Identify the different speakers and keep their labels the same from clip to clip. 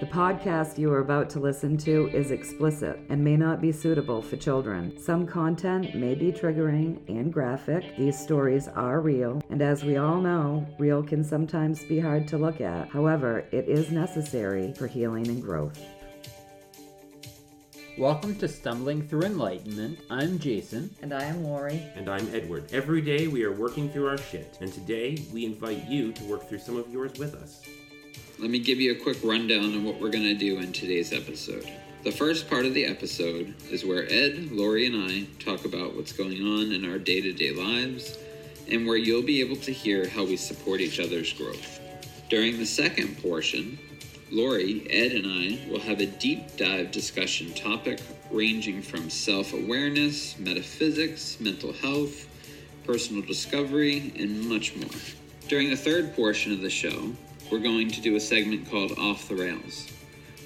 Speaker 1: The podcast you are about to listen to is explicit and may not be suitable for children. Some content may be triggering and graphic. These stories are real, and as we all know, real can sometimes be hard to look at. However, it is necessary for healing and growth.
Speaker 2: Welcome to Stumbling Through Enlightenment. I'm Jason.
Speaker 1: And I am Lori.
Speaker 3: And I'm Edward. Every day we are working through our shit, and today we invite you to work through some of yours with us.
Speaker 4: Let me give you a quick rundown on what we're going to do in today's episode. The first part of the episode is where Ed, Lori, and I talk about what's going on in our day to day lives and where you'll be able to hear how we support each other's growth. During the second portion, Lori, Ed, and I will have a deep dive discussion topic ranging from self awareness, metaphysics, mental health, personal discovery, and much more. During the third portion of the show, we're going to do a segment called Off the Rails.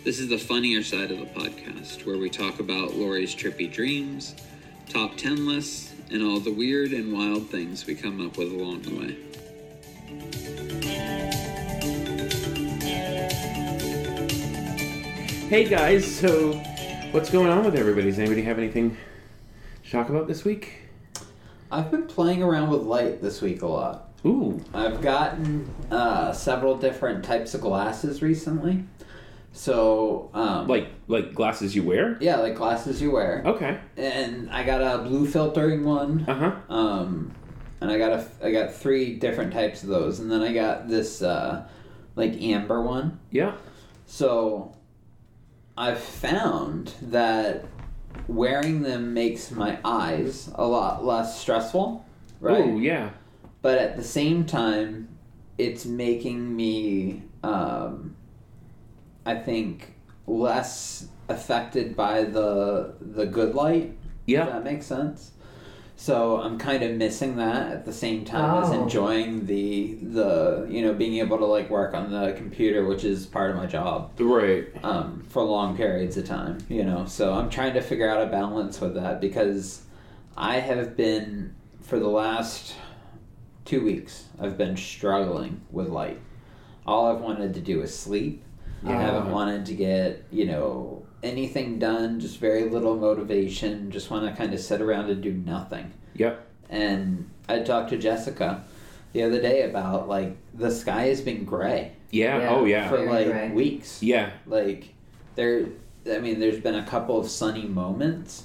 Speaker 4: This is the funnier side of the podcast, where we talk about Lori's trippy dreams, top 10 lists, and all the weird and wild things we come up with along the way.
Speaker 3: Hey guys, so what's going on with everybody? Does anybody have anything to talk about this week?
Speaker 2: I've been playing around with light this week a lot.
Speaker 3: Ooh,
Speaker 2: I've gotten uh, several different types of glasses recently. So, um,
Speaker 3: like like glasses you wear?
Speaker 2: yeah, like glasses you wear.
Speaker 3: Okay.
Speaker 2: And I got a blue filtering one.
Speaker 3: Uh huh.
Speaker 2: Um, and I got a I got three different types of those, and then I got this uh, like amber one.
Speaker 3: Yeah.
Speaker 2: So I've found that wearing them makes my eyes a lot less stressful, right?
Speaker 3: Ooh, yeah.
Speaker 2: But at the same time, it's making me, um, I think, less affected by the the good light. If
Speaker 3: Yeah.
Speaker 2: that makes sense. So I'm kind of missing that at the same time as
Speaker 1: Oh.
Speaker 2: enjoying the the you know being able to like work on the computer, which is part of my job
Speaker 3: Right.
Speaker 2: um, for long periods of time, you know. So I'm trying to figure out a balance with that because I have been for the last two weeks I've been struggling with light. All I've wanted to do is sleep. I
Speaker 3: Yeah.
Speaker 2: haven't wanted to get you know anything done. Just very little motivation. Just want to kind of sit around and do nothing.
Speaker 3: Yep.
Speaker 2: And I talked to Jessica the other day about like the sky has been gray
Speaker 3: Yeah.
Speaker 1: Yeah.
Speaker 3: Oh yeah.
Speaker 2: for
Speaker 1: Very
Speaker 2: like
Speaker 1: gray.
Speaker 2: weeks
Speaker 3: yeah.
Speaker 2: like there i mean there's been a couple of sunny moments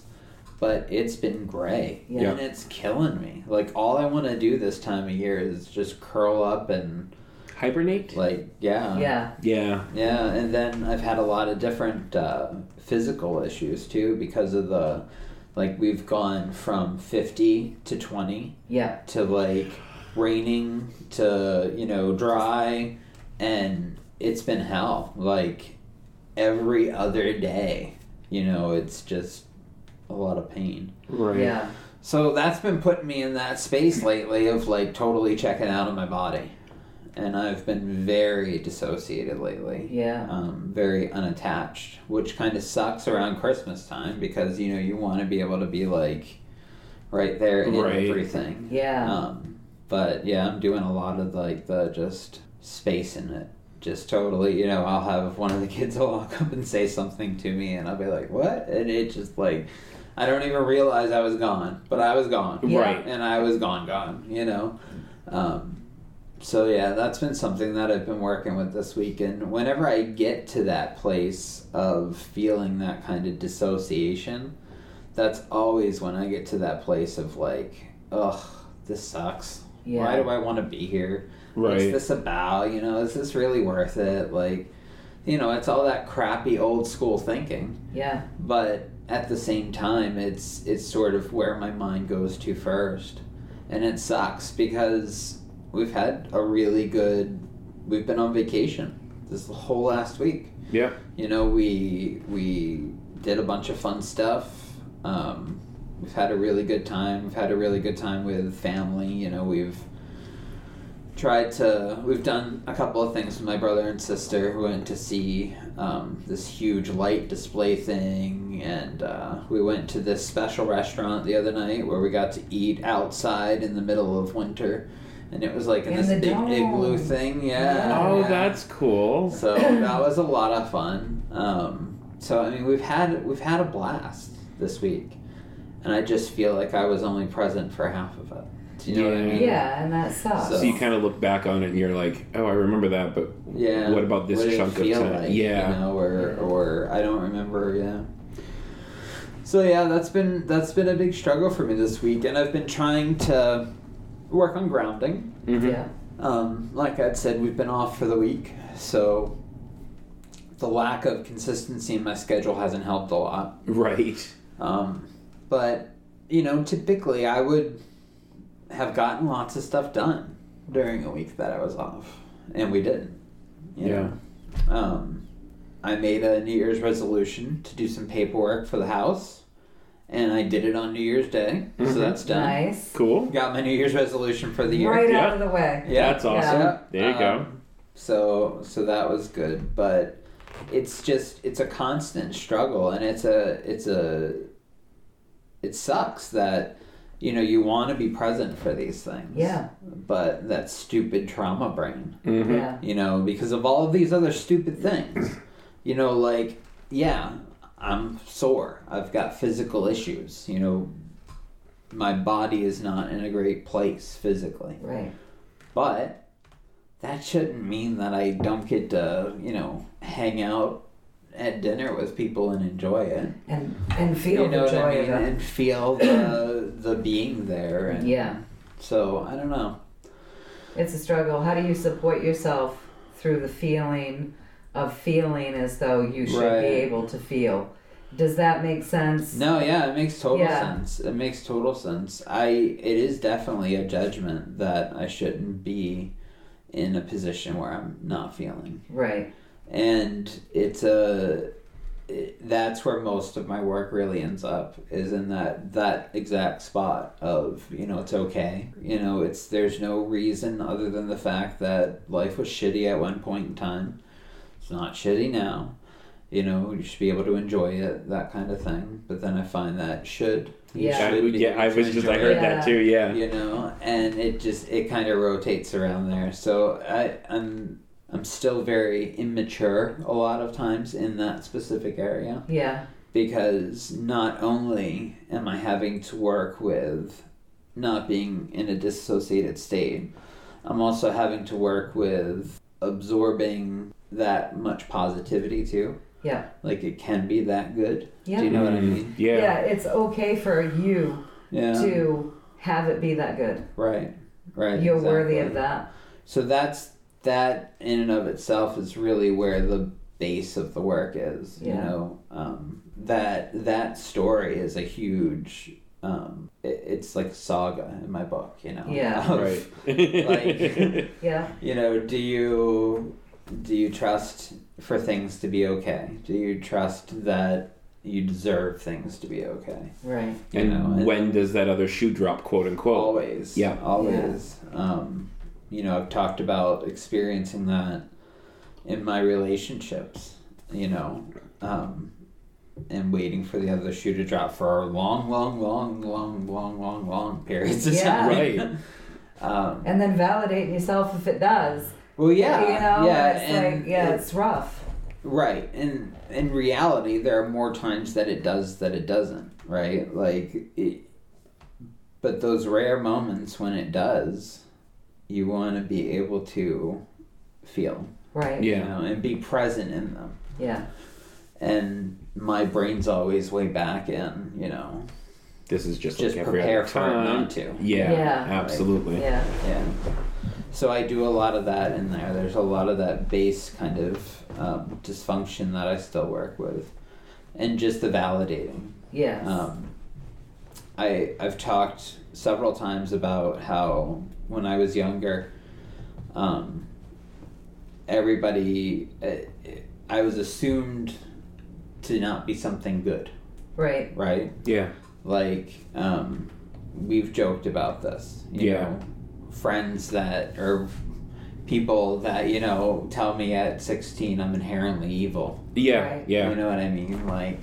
Speaker 2: but it's been gray
Speaker 1: Yeah.
Speaker 2: and it's killing me like all i want to do this time of year is just curl up and
Speaker 3: Hibernate.
Speaker 2: like yeah
Speaker 1: Yeah.
Speaker 3: Yeah.
Speaker 2: yeah and then i've had a lot of different uh, physical issues too because of the like we've gone from 50 to 20
Speaker 1: Yeah.
Speaker 2: to like raining to you know dry and it's been hell like every other day you know it's just a lot of pain
Speaker 3: Right.
Speaker 2: so that's been putting me in that space lately of like totally checking out of my body and i've been very dissociated lately
Speaker 1: Yeah.
Speaker 2: um, very unattached, which kind of sucks around Christmas time because you know you want to be able to be like right there in
Speaker 3: Right.
Speaker 2: everything.
Speaker 1: Yeah.
Speaker 2: Um, but yeah, I'm doing a lot of like the just space in it. Just totally, you know, I'll have one of the kids will walk up and say something to me, and I'll be like, "What?" And it just like, I don't even realize I was gone, but I was gone,
Speaker 1: Yeah.
Speaker 3: Right.
Speaker 2: and I was gone, gone. You know, um, so yeah, that's been something that I've been working with this weekend. Whenever I get to that place of feeling that kind of dissociation, that's always when I get to that place of like, ugh, this sucks. Why do I want to be here? What's
Speaker 3: Right.
Speaker 2: this about? You know, is this really worth it? Like, you know, it's all that crappy old school thinking
Speaker 1: Yeah.
Speaker 2: but at the same time it's it's sort of where my mind goes to first and it sucks because we've had a really good we've been on vacation this whole last week
Speaker 3: Yeah.
Speaker 2: you know we we did a bunch of fun stuff um, we've had a really good time we've had a really good time with family you know we've tried to. We've done a couple of things with my brother and sister who went to see um, this huge light display thing, and uh, we went to this special restaurant the other night where we got to eat outside in the middle of winter, and it was like in,
Speaker 1: In
Speaker 2: this
Speaker 1: the
Speaker 2: big
Speaker 1: dome.
Speaker 2: igloo thing. Yeah.
Speaker 3: Oh,
Speaker 2: yeah.
Speaker 3: that's cool.
Speaker 2: So that was a lot of fun. Um, so I mean, we've had we've had a blast this week, and I just feel like I was only present for half of it. Do you know what I
Speaker 3: Yeah.
Speaker 2: mean?
Speaker 1: Yeah, and that sucks.
Speaker 2: So-
Speaker 3: So you kind of look back on it and you're like, oh, I remember that, but
Speaker 2: Yeah.
Speaker 3: what about this
Speaker 2: What did it
Speaker 3: chunk of
Speaker 2: feel
Speaker 3: time?
Speaker 2: like,
Speaker 3: yeah.
Speaker 2: You know, or or I don't remember. Yeah. So yeah, that's been that's been a big struggle for me this week, and I've been trying to work on grounding.
Speaker 3: Mhm.
Speaker 1: yeah.
Speaker 2: Um, like I'd said, we've been off for the week, so the lack of consistency in my schedule hasn't helped a lot.
Speaker 3: Right.
Speaker 2: Um, but you know, typically I would have gotten lots of stuff done during a week that I was off, and we didn't. you
Speaker 3: Yeah.
Speaker 2: know. Um, I made a New Year's resolution to do some paperwork for the house, and I did it on New Year's Day,
Speaker 3: Mhm.
Speaker 2: so that's done.
Speaker 1: Nice.
Speaker 3: Cool.
Speaker 2: Got my New Year's resolution for the year.
Speaker 1: Right
Speaker 3: Yeah.
Speaker 1: out of the way.
Speaker 2: Yeah.
Speaker 3: That's awesome.
Speaker 2: Yeah.
Speaker 3: There you go.
Speaker 2: Um, So so that was good, but it's just it's a constant struggle, and it's a it's a it sucks that you know you want to be present for these things.
Speaker 1: Yeah.
Speaker 2: But that stupid trauma brain,
Speaker 3: Mhm.
Speaker 1: Yeah.
Speaker 2: you know, because of all of these other stupid things, you know, like yeah, I'm sore. I've got physical issues. You know, my body is not in a great place physically.
Speaker 1: Right.
Speaker 2: But that shouldn't mean that I don't get to, you know, hang out at dinner with people and enjoy it.
Speaker 1: And and feel
Speaker 2: you know
Speaker 1: the joy
Speaker 2: what I mean?
Speaker 1: of it.
Speaker 2: And feel the the being there. And
Speaker 1: Yeah.
Speaker 2: So I don't know.
Speaker 1: It's a struggle. How do you support yourself through the feeling of feeling as though you should
Speaker 2: Right.
Speaker 1: be able to feel? Does that make sense?
Speaker 2: No, yeah, it makes total
Speaker 1: Yeah.
Speaker 2: sense. It makes total sense. I it is definitely a judgment that I shouldn't be in a position where I'm not feeling.
Speaker 1: Right.
Speaker 2: and it's a it- that's where most of my work really ends up is in that that exact spot of you know it's okay you know it's there's no reason other than the fact that life was shitty at one point in time it's not shitty now you know you should be able to enjoy it that kind of thing but then i find that should you
Speaker 1: Yeah.
Speaker 3: I,
Speaker 2: should be
Speaker 3: yeah,
Speaker 2: able
Speaker 3: I
Speaker 2: to
Speaker 3: was just, I
Speaker 2: enjoy
Speaker 3: heard
Speaker 2: it
Speaker 3: that too, yeah.
Speaker 2: you know and it just it kind of rotates around there so i i'm i'm still very immature a lot of times in that specific area
Speaker 1: Yeah.
Speaker 2: because not only am i having to work with not being in a dissociated state i'm also having to work with absorbing that much positivity too
Speaker 1: Yeah.
Speaker 2: like it can be that good
Speaker 1: Yeah. Mm-hmm.
Speaker 2: do you know what i
Speaker 3: Mm,
Speaker 2: mean
Speaker 1: yeah.
Speaker 3: Yeah.
Speaker 1: It's okay for you
Speaker 2: yeah
Speaker 1: to have it be that good.
Speaker 2: right right
Speaker 1: You're worthy
Speaker 2: exactly.
Speaker 1: of that.
Speaker 2: So that's that in and of itself is really where the base of the work is. You
Speaker 1: Yeah.
Speaker 2: know, um, that that story is a huge. Um, it, it's like saga in my book. You know.
Speaker 1: Yeah.
Speaker 2: of,
Speaker 3: Right.
Speaker 2: Like-
Speaker 1: Yeah.
Speaker 2: You know, do you do you trust for things to be okay? Do you trust that you deserve things to be okay?
Speaker 1: Right.
Speaker 2: You
Speaker 3: and
Speaker 2: know, and-
Speaker 3: when does that other shoe drop, quote unquote?
Speaker 2: always
Speaker 3: Yeah.
Speaker 2: always um you know i've talked about experiencing that in my relationships you know um and waiting for the other shoe to drop for long long long long long long long periods of
Speaker 1: Yeah.
Speaker 2: time
Speaker 3: Right.
Speaker 2: um
Speaker 1: And then validating yourself if it does.
Speaker 2: well yeah
Speaker 1: You know,
Speaker 2: yeah
Speaker 1: it's
Speaker 2: and
Speaker 1: like, yeah,
Speaker 2: it-
Speaker 1: it's rough.
Speaker 2: Right. And in reality, there are more times that it does that it doesn't, right? Like, it, but those rare moments when it does, you want to be able to feel,
Speaker 1: Right.
Speaker 2: you
Speaker 3: Yeah.
Speaker 2: know, and be present in them.
Speaker 1: Yeah.
Speaker 2: And my brain's always way back in, you know,
Speaker 3: This is just,
Speaker 2: just
Speaker 3: like every
Speaker 2: prepare
Speaker 3: other
Speaker 2: for it
Speaker 3: time.
Speaker 2: not to.
Speaker 3: Yeah,
Speaker 1: Yeah.
Speaker 3: absolutely.
Speaker 1: Yeah.
Speaker 2: Yeah. So I do a lot of that in there. There's a lot of that base kind of um, dysfunction that I still work with. And just the validating,
Speaker 1: Yes.
Speaker 2: Um, I I've talked several times about how when I was younger, um, everybody uh, I was assumed to not be something good,
Speaker 1: right.
Speaker 2: right?
Speaker 3: Yeah.
Speaker 2: Like um, we've joked about this, you
Speaker 3: Yeah.
Speaker 2: know, friends that or people that you know tell me at 16 I'm inherently evil.
Speaker 3: Yeah,
Speaker 1: Right.
Speaker 3: yeah.
Speaker 2: You know what I mean? Like,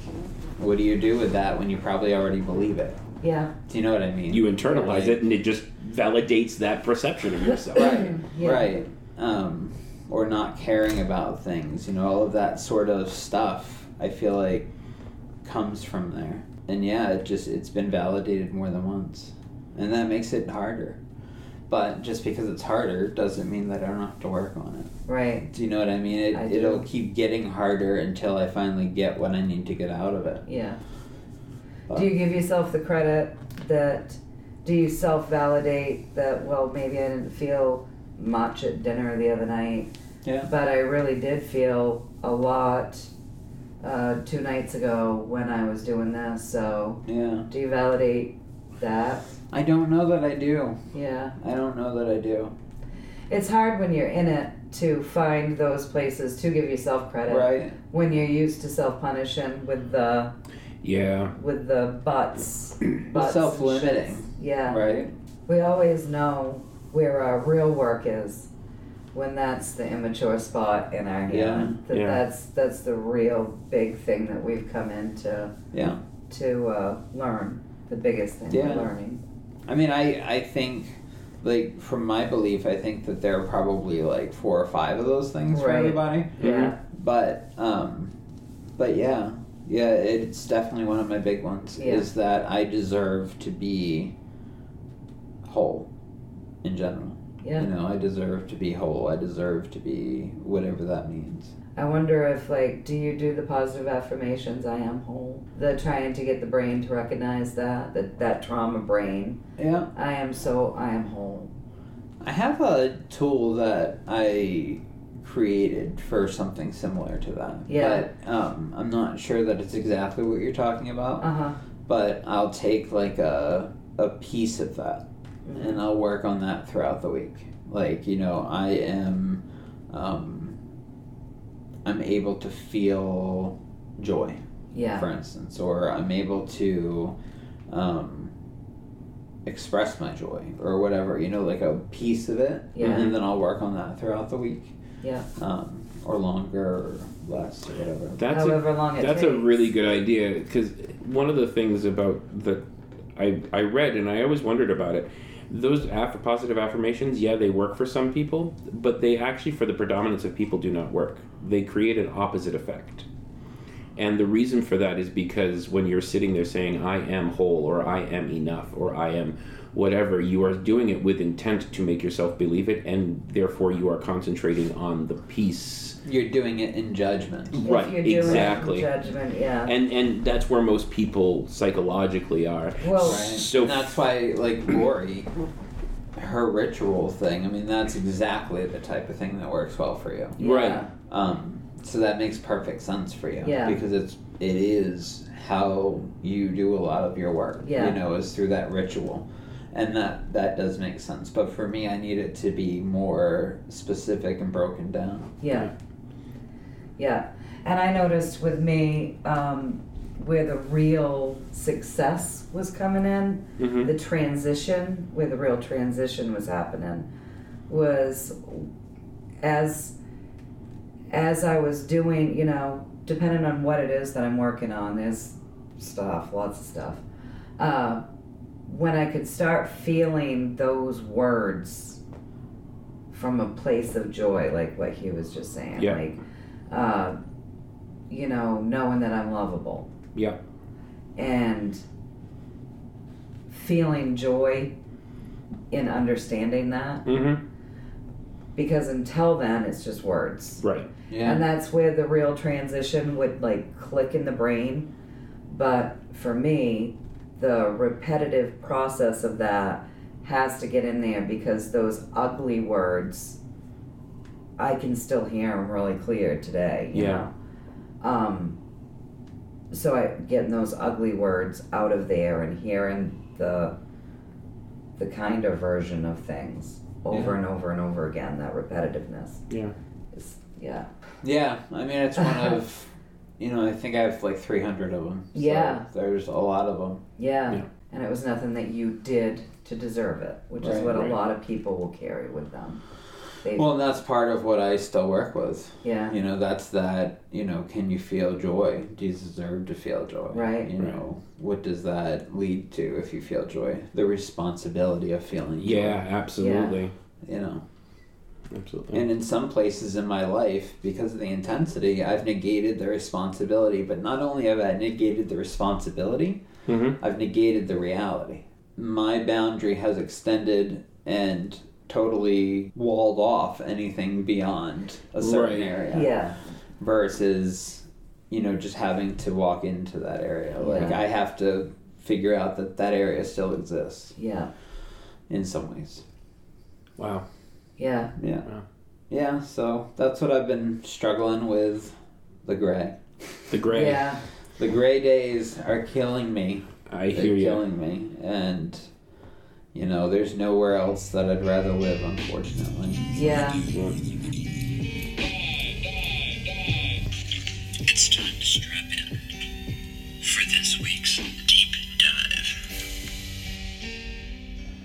Speaker 2: what do you do with that when you probably already believe it?
Speaker 1: Yeah.
Speaker 2: Do you know what I mean?
Speaker 3: You internalize it, and it just validates that perception of yourself.
Speaker 2: right
Speaker 1: Mm-hmm. Yeah.
Speaker 2: right um, or not caring about things you know all of that sort of stuff i feel like comes from there and yeah it just it's been validated more than once and that makes it harder but just because it's harder doesn't mean that i don't have to work on it
Speaker 1: Right.
Speaker 2: do you know what i mean it,
Speaker 1: I do.
Speaker 2: it'll keep getting harder until i finally get what i need to get out of it
Speaker 1: Yeah. Do you give yourself the credit that? Do you self-validate that? Well, maybe I didn't feel much at dinner the other night,
Speaker 2: yeah
Speaker 1: but I really did feel a lot uh, two nights ago when I was doing this. So,
Speaker 2: yeah
Speaker 1: do you validate that?
Speaker 2: i don't know that i do
Speaker 1: Yeah.
Speaker 2: i don't know that i do
Speaker 1: It's hard when you're in it to find those places to give yourself credit
Speaker 2: right
Speaker 1: when you're used to self-punishing with the
Speaker 3: Yeah.
Speaker 1: with the butts. butts and
Speaker 2: self-limiting.
Speaker 1: shits. Yeah.
Speaker 2: right
Speaker 1: We always know where our real work is when that's the immature spot in our healing. That
Speaker 3: Yeah.
Speaker 1: that's that's the real big thing that we've come in to
Speaker 2: yeah
Speaker 1: to uh, learn. The biggest thing
Speaker 2: Yeah.
Speaker 1: we're learning.
Speaker 2: I mean, I I think like from my belief, I think that there are probably like four or five of those things for
Speaker 1: Right.
Speaker 2: everybody.
Speaker 3: Mm-hmm.
Speaker 1: Yeah.
Speaker 2: But um, but yeah, yeah, it's definitely one of my big ones.
Speaker 1: Yeah.
Speaker 2: Is that I deserve to be whole in general.
Speaker 1: Yeah.
Speaker 2: You know, I deserve to be whole. I deserve to be whatever that means.
Speaker 1: I wonder if like do you do the positive affirmations I am whole? The trying to get the brain to recognize that, that that trauma brain.
Speaker 2: Yeah.
Speaker 1: I am so I am whole.
Speaker 2: I have a tool that I created for something similar to that.
Speaker 1: Yeah.
Speaker 2: But um, I'm not sure that it's exactly what you're talking about.
Speaker 1: Uh-huh.
Speaker 2: But I'll take like a a piece of that and I'll work on that throughout the week. Like you know, I am, um, I'm able to feel joy
Speaker 1: Yeah.
Speaker 2: for instance, or I'm able to um, express my joy or whatever, you know, like a piece of it,
Speaker 1: Yeah.
Speaker 2: and then I'll work on that throughout the week,
Speaker 1: Yeah.
Speaker 2: um, or longer or less or whatever.
Speaker 3: That's a
Speaker 1: However long it
Speaker 3: That's
Speaker 1: takes.
Speaker 3: a really good idea because one of the things about the I I read and I always wondered about it. Those aff- positive affirmations, yeah, they work for some people, but they actually, for the predominance of people, do not work. They create an opposite effect. And the reason for that is because when you're sitting there saying, I am whole, or I am enough, or I am whatever, you are doing it with intent to make yourself believe it, and therefore you are concentrating on the peace
Speaker 2: You're doing it in judgment.
Speaker 1: If
Speaker 3: Right,
Speaker 1: you're doing
Speaker 3: exactly.
Speaker 1: Judgment, yeah.
Speaker 3: and and that's where most people psychologically are.
Speaker 1: well,
Speaker 2: Right.
Speaker 3: So-
Speaker 2: and that's why, like Lori, her ritual thing. I mean, that's exactly the type of thing that works well for you.
Speaker 1: yeah.
Speaker 3: Right.
Speaker 2: Um, so that makes perfect sense for you.
Speaker 1: Yeah.
Speaker 2: Because it's it is how you do a lot of your work.
Speaker 1: Yeah.
Speaker 2: You know, is through that ritual. And that that does make sense. But for me I need it to be more specific and broken down.
Speaker 1: Yeah. Yeah. And I noticed with me um, where the real success was coming in,
Speaker 3: Mhm.
Speaker 1: the transition, where the real transition was happening, was as as I was doing, you know, depending on what it is that I'm working on, there's stuff, lots of stuff. Uh, when I could start feeling those words from a place of joy, like what he was just saying,
Speaker 3: Yeah.
Speaker 1: like, uh, you know, knowing that I'm lovable
Speaker 3: Yeah,
Speaker 1: and feeling joy in understanding that,
Speaker 3: mm-hmm.
Speaker 1: because until then, it's just words.
Speaker 3: right.
Speaker 2: Yeah.
Speaker 1: And that's where the real transition would like click in the brain. But for me, the repetitive process of that has to get in there because those ugly words, I can still hear them really clear today. you
Speaker 3: Yeah.
Speaker 1: know? Um, so I getting those ugly words out of there and hearing the the kinder version of things over and over and over again. That repetitiveness.
Speaker 3: Yeah.
Speaker 1: Is, yeah.
Speaker 2: yeah. I mean it's one of you know, I think I have like 300 of them.
Speaker 1: Yeah.
Speaker 2: There's a lot of them.
Speaker 1: Yeah.
Speaker 3: Yeah.
Speaker 1: And it was nothing that you did to deserve it, which is
Speaker 2: Right,
Speaker 1: what
Speaker 3: right.
Speaker 1: a lot of people will carry with them. They,
Speaker 2: Well, and that's part of what I still work with.
Speaker 1: yeah.
Speaker 2: You know, that's that, you know, can you feel joy? Do you deserve to feel joy?
Speaker 1: Right.
Speaker 2: You know, what does that lead to if you feel joy? The responsibility of feeling joy.
Speaker 3: Yeah, absolutely.
Speaker 2: You know,
Speaker 3: Absolutely.
Speaker 2: and in some places in my life, because of the intensity, I've negated the responsibility. But not only have I negated the responsibility,
Speaker 3: hmm
Speaker 2: I've negated the reality. My boundary has extended and totally walled off anything beyond a certain
Speaker 3: Right.
Speaker 2: area.
Speaker 1: Yeah.
Speaker 2: Versus, you know, just having to walk into that area. Like,
Speaker 1: Yeah.
Speaker 2: I have to figure out that that area still exists
Speaker 1: Yeah.
Speaker 2: in some ways.
Speaker 3: Wow.
Speaker 1: Yeah.
Speaker 2: Yeah.
Speaker 3: Wow.
Speaker 2: Yeah, so that's what I've been struggling with the gray.
Speaker 3: The gray.
Speaker 1: Yeah.
Speaker 2: The gray days are killing me.
Speaker 3: I
Speaker 2: They're
Speaker 3: hear you.
Speaker 2: killing me. And, you know, there's nowhere else that I'd rather live, unfortunately.
Speaker 1: Yeah.
Speaker 3: Yeah.
Speaker 4: It's time to strap in for this week's deep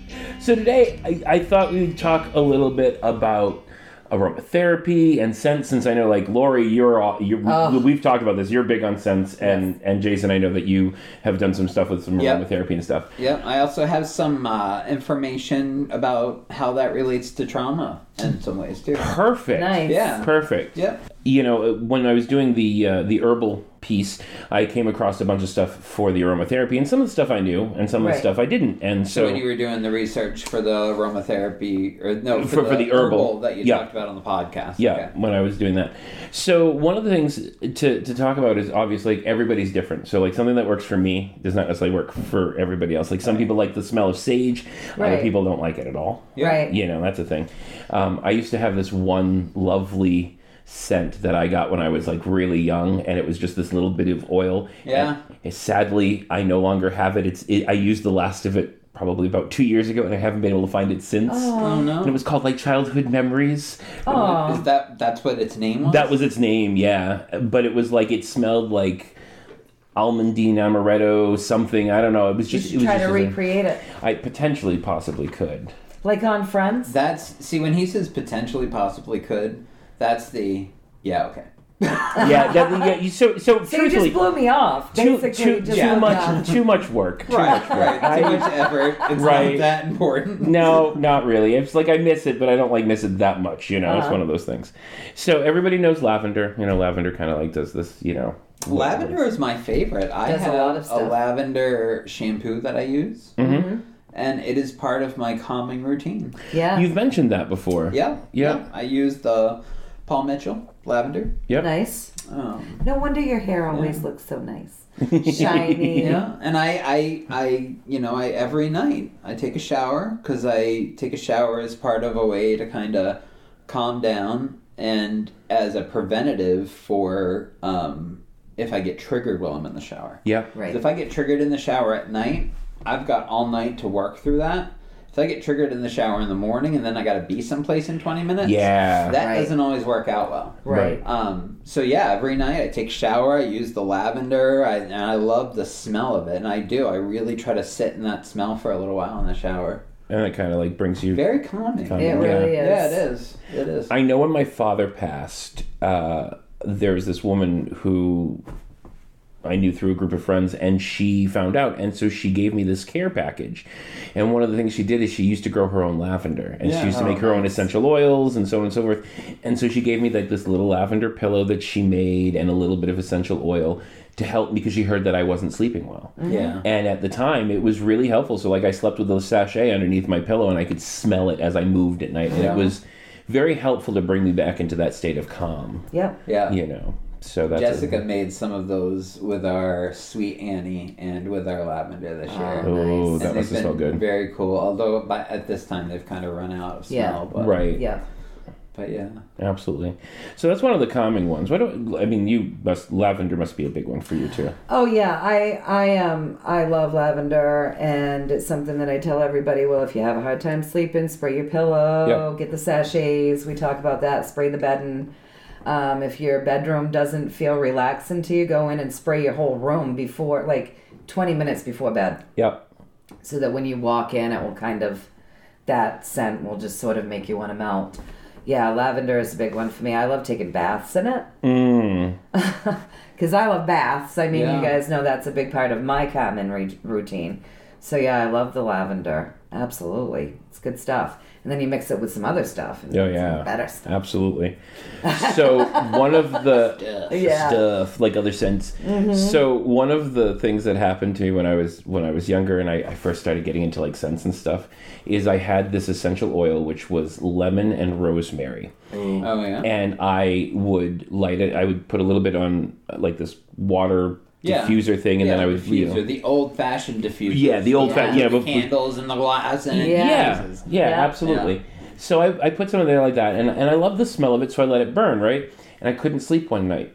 Speaker 4: dive.
Speaker 5: So today, I, I thought we'd talk a little bit about aromatherapy and scents, since I know, like Lori, you're all, you're,
Speaker 1: Oh.
Speaker 5: we've talked about this. You're big on scents, and and Jason, I know that you have done some stuff with some
Speaker 2: Yep.
Speaker 5: aromatherapy and stuff.
Speaker 2: Yep, I also have some uh, information about how that relates to trauma in some ways, too.
Speaker 5: Perfect.
Speaker 1: Nice.
Speaker 2: Yeah.
Speaker 5: Perfect.
Speaker 2: Yep.
Speaker 5: you know when i was doing the uh, the herbal piece i came across a bunch of stuff for the aromatherapy and some of the stuff i knew and some of
Speaker 1: Right.
Speaker 5: the stuff i didn't and so,
Speaker 2: So when you were doing the research for the aromatherapy, or no, for,
Speaker 5: For-
Speaker 2: the,
Speaker 5: for the herbal.
Speaker 2: that you
Speaker 5: Yeah.
Speaker 2: talked about on the podcast.
Speaker 5: yeah
Speaker 2: okay.
Speaker 5: when i was doing that so one of the things to, to talk about is obviously everybody's different so like something that works for me does not necessarily work for everybody else like some people like the smell of sage
Speaker 1: Right.
Speaker 5: other people don't like it at all
Speaker 2: Yeah.
Speaker 1: Right.
Speaker 5: you know that's a thing um, i used to have this one lovely scent that i got when i was like really young and it was just this little bit of oil
Speaker 2: Yeah.
Speaker 5: And sadly i no longer have it it's it, i used the last of it probably about two years ago and i haven't been able to find it since
Speaker 2: Oh
Speaker 5: and it
Speaker 2: no!
Speaker 5: was called like childhood memories
Speaker 1: Aw.
Speaker 2: Is that that's what its name was?
Speaker 5: that was its name yeah but it was like it smelled like almondine amaretto something i don't know it was
Speaker 1: You
Speaker 5: just it
Speaker 1: should
Speaker 5: was
Speaker 1: try
Speaker 5: just
Speaker 1: to
Speaker 5: a-
Speaker 1: recreate it.
Speaker 5: i potentially possibly could
Speaker 1: Like on Friends?
Speaker 2: That's see when he says potentially, possibly could. That's the yeah. Okay.
Speaker 5: yeah, that, yeah you, so so
Speaker 1: So you
Speaker 5: truthfully
Speaker 1: just blew me off.
Speaker 5: too,
Speaker 1: Basically,
Speaker 5: too,
Speaker 1: just
Speaker 5: too
Speaker 2: yeah.
Speaker 5: much
Speaker 1: yeah.
Speaker 5: too much work. Too much work.
Speaker 2: right.
Speaker 5: I-
Speaker 2: Too much effort. It's
Speaker 5: Right.
Speaker 2: not that important.
Speaker 5: no, not really. It's like I miss it, but I don't like miss it that much. You know, it's
Speaker 1: Uh-huh.
Speaker 5: one of those things. So everybody knows lavender. You know, lavender kind of like does this. You know,
Speaker 2: Lavender is my favorite. I
Speaker 1: Does a
Speaker 2: have
Speaker 1: lot of stuff.
Speaker 2: lavender shampoo that I use,
Speaker 5: Mhm.
Speaker 2: and it is part of my calming routine.
Speaker 1: Mm-hmm. Yeah.
Speaker 5: You've mentioned that before.
Speaker 2: Yeah,
Speaker 5: Yeah.
Speaker 2: I use the Paul Mitchell lavender.
Speaker 5: Yep.
Speaker 1: nice.
Speaker 2: Um,
Speaker 1: No wonder your hair always looks so nice. Shiny.
Speaker 2: yeah, and I, I, I, you know, I every night I take a shower because I take a shower as part of a way to kind of calm down and as a preventative for um, if I get triggered while I'm in the shower.
Speaker 5: Yeah.
Speaker 1: Right.
Speaker 2: If I get triggered in the shower at night, I've got all night to work through that. If I get triggered in the shower in the morning and then I got to be someplace in 20 minutes,
Speaker 5: Yeah.
Speaker 2: that
Speaker 1: Right.
Speaker 2: doesn't always work out well.
Speaker 1: Right.
Speaker 2: Um, so yeah, every night I take shower, I use the lavender, I, and I love the smell of it, and I do. I really try to sit in that smell for a little while in the shower.
Speaker 5: and that kind of like brings you.
Speaker 2: Very calming.
Speaker 5: Calming.
Speaker 1: It really is.
Speaker 2: Yeah, it is. It is.
Speaker 5: I know when my father passed, uh, there was this woman who I knew through a group of friends, and she found out, and so she gave me this care package. And one of the things she did is she used to grow her own lavender, and
Speaker 2: Yeah.
Speaker 5: she used to make her own essential oils, and so on and so forth. And so she gave me like this little lavender pillow that she made, and a little bit of essential oil to help me because she heard that I wasn't sleeping well.
Speaker 1: Mm-hmm.
Speaker 2: yeah.
Speaker 5: And at the time, it was really helpful. So, like, I slept with a sachet underneath my pillow and I could smell it as I moved at night. And
Speaker 2: Yeah.
Speaker 5: it was very helpful to bring me back into that state of calm,
Speaker 1: Yep.
Speaker 2: Yeah.
Speaker 5: you know. So, that's. a-
Speaker 2: Jessica made some of those with our sweet Annie and with our lavender this year.
Speaker 1: Oh,
Speaker 5: oh,
Speaker 1: Nice.
Speaker 5: that
Speaker 2: And
Speaker 5: must have
Speaker 2: they've
Speaker 5: smelled
Speaker 2: been
Speaker 5: good.
Speaker 2: Very cool. Although by, at this time they've kind of run out of
Speaker 1: Yeah.
Speaker 2: smell. But,
Speaker 5: Right.
Speaker 1: Yep.
Speaker 2: But yeah.
Speaker 5: Absolutely. So, that's one of the calming ones. What do I mean, you must. Lavender must be a big one for you, too.
Speaker 1: Oh yeah, I I um I love lavender and it's something that I tell everybody, well if you have a hard time sleeping, spray your pillow, get the sachets, we talk about that, spray the bedding. Um, if your bedroom doesn't feel relaxing to you, go in and spray your whole room before like 20 minutes before bed
Speaker 5: Yep.
Speaker 1: so that when you walk in it will kind of that scent will just sort of make you want to melt. Yeah, lavender is a big one for me. I love taking baths in it.
Speaker 5: Mm.
Speaker 1: Because I love baths. I mean,
Speaker 2: Yeah.
Speaker 1: you guys know that's a big part of my common re- routine. So, yeah, I love the lavender. Absolutely. It's good stuff. And then you mix it with some other stuff. And
Speaker 5: Oh
Speaker 1: it's
Speaker 5: yeah,
Speaker 1: Better stuff.
Speaker 5: Absolutely. So one of the
Speaker 1: Yeah. Mm-hmm.
Speaker 5: stuff, like other scents. So one of the things that happened to me when I was when I was younger and I, I first started getting into like scents and stuff is I had this essential oil which was lemon and rosemary
Speaker 2: Oh yeah.
Speaker 5: and I would light it. I would put a little bit on uh, like this water
Speaker 2: Yeah.
Speaker 5: diffuser thing, and
Speaker 2: yeah,
Speaker 5: then I would,
Speaker 2: diffuser,
Speaker 5: you know-
Speaker 2: the old fashioned diffuser.
Speaker 5: yeah, the old fat, yeah,
Speaker 2: the
Speaker 5: but-
Speaker 2: candles and the glass and
Speaker 1: Yeah.
Speaker 5: yeah,
Speaker 2: Jesus.
Speaker 5: yeah,
Speaker 1: Yeah.
Speaker 5: absolutely. So I, I put some in there like that, and and I love the smell of it, so I let it burn, right? And I couldn't sleep one night.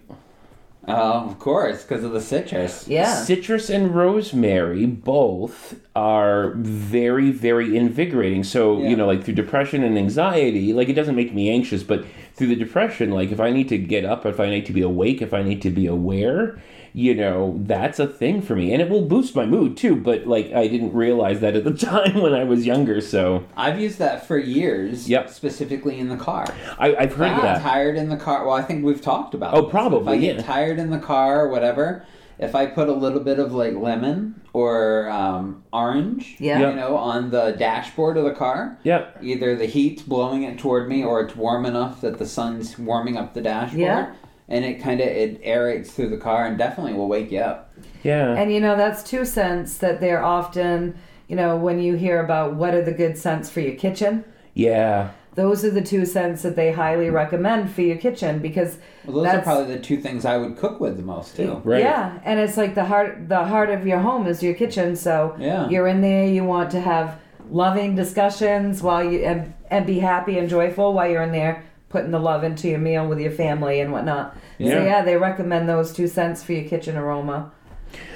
Speaker 2: Oh, of course, because of the citrus.
Speaker 1: Yeah.
Speaker 5: Citrus and rosemary both are very, very invigorating. So,
Speaker 2: Yeah.
Speaker 5: you know, like through depression and anxiety, like it doesn't make me anxious, but through the depression, like if I need to get up, if I need to be awake, if I need to be aware, you know, that's a thing for me. And it will boost my mood too, but like I didn't realize that at the time when I was younger. So
Speaker 2: I've used that for years.
Speaker 5: Yep.
Speaker 2: Specifically in the car.
Speaker 5: I, I've heard
Speaker 2: If I get
Speaker 5: that.
Speaker 2: tired in the car. Well, I think we've talked about.
Speaker 5: Oh,
Speaker 2: this. If I
Speaker 5: probably,
Speaker 2: get
Speaker 5: yeah.
Speaker 2: tired in the car, whatever. If I put a little bit of like lemon or um, orange,
Speaker 1: Yeah.
Speaker 5: Yeah.
Speaker 2: you know, on the dashboard of the car,
Speaker 5: Yep.
Speaker 2: either the heat's blowing it toward me or it's warm enough that the sun's warming up the dashboard,
Speaker 1: Yeah.
Speaker 2: and it kind of it aerates through the car and definitely will wake you up.
Speaker 5: Yeah.
Speaker 1: And you know, that's two scents that they're often, you know, when you hear about what are the good scents for your kitchen,
Speaker 5: yeah.
Speaker 1: those are the two scents that they highly recommend for your kitchen because
Speaker 2: Well, those
Speaker 1: that's
Speaker 2: are probably the two things I would cook with the most too.
Speaker 5: Right.
Speaker 1: Yeah, and it's like the heart the heart of your home is your kitchen, so
Speaker 2: Yeah.
Speaker 1: you're in there, you want to have loving discussions while you and, and be happy and joyful while you're in there putting the love into your meal with your family and whatnot. So
Speaker 5: Yeah.
Speaker 1: yeah, they recommend those two scents for your kitchen aroma.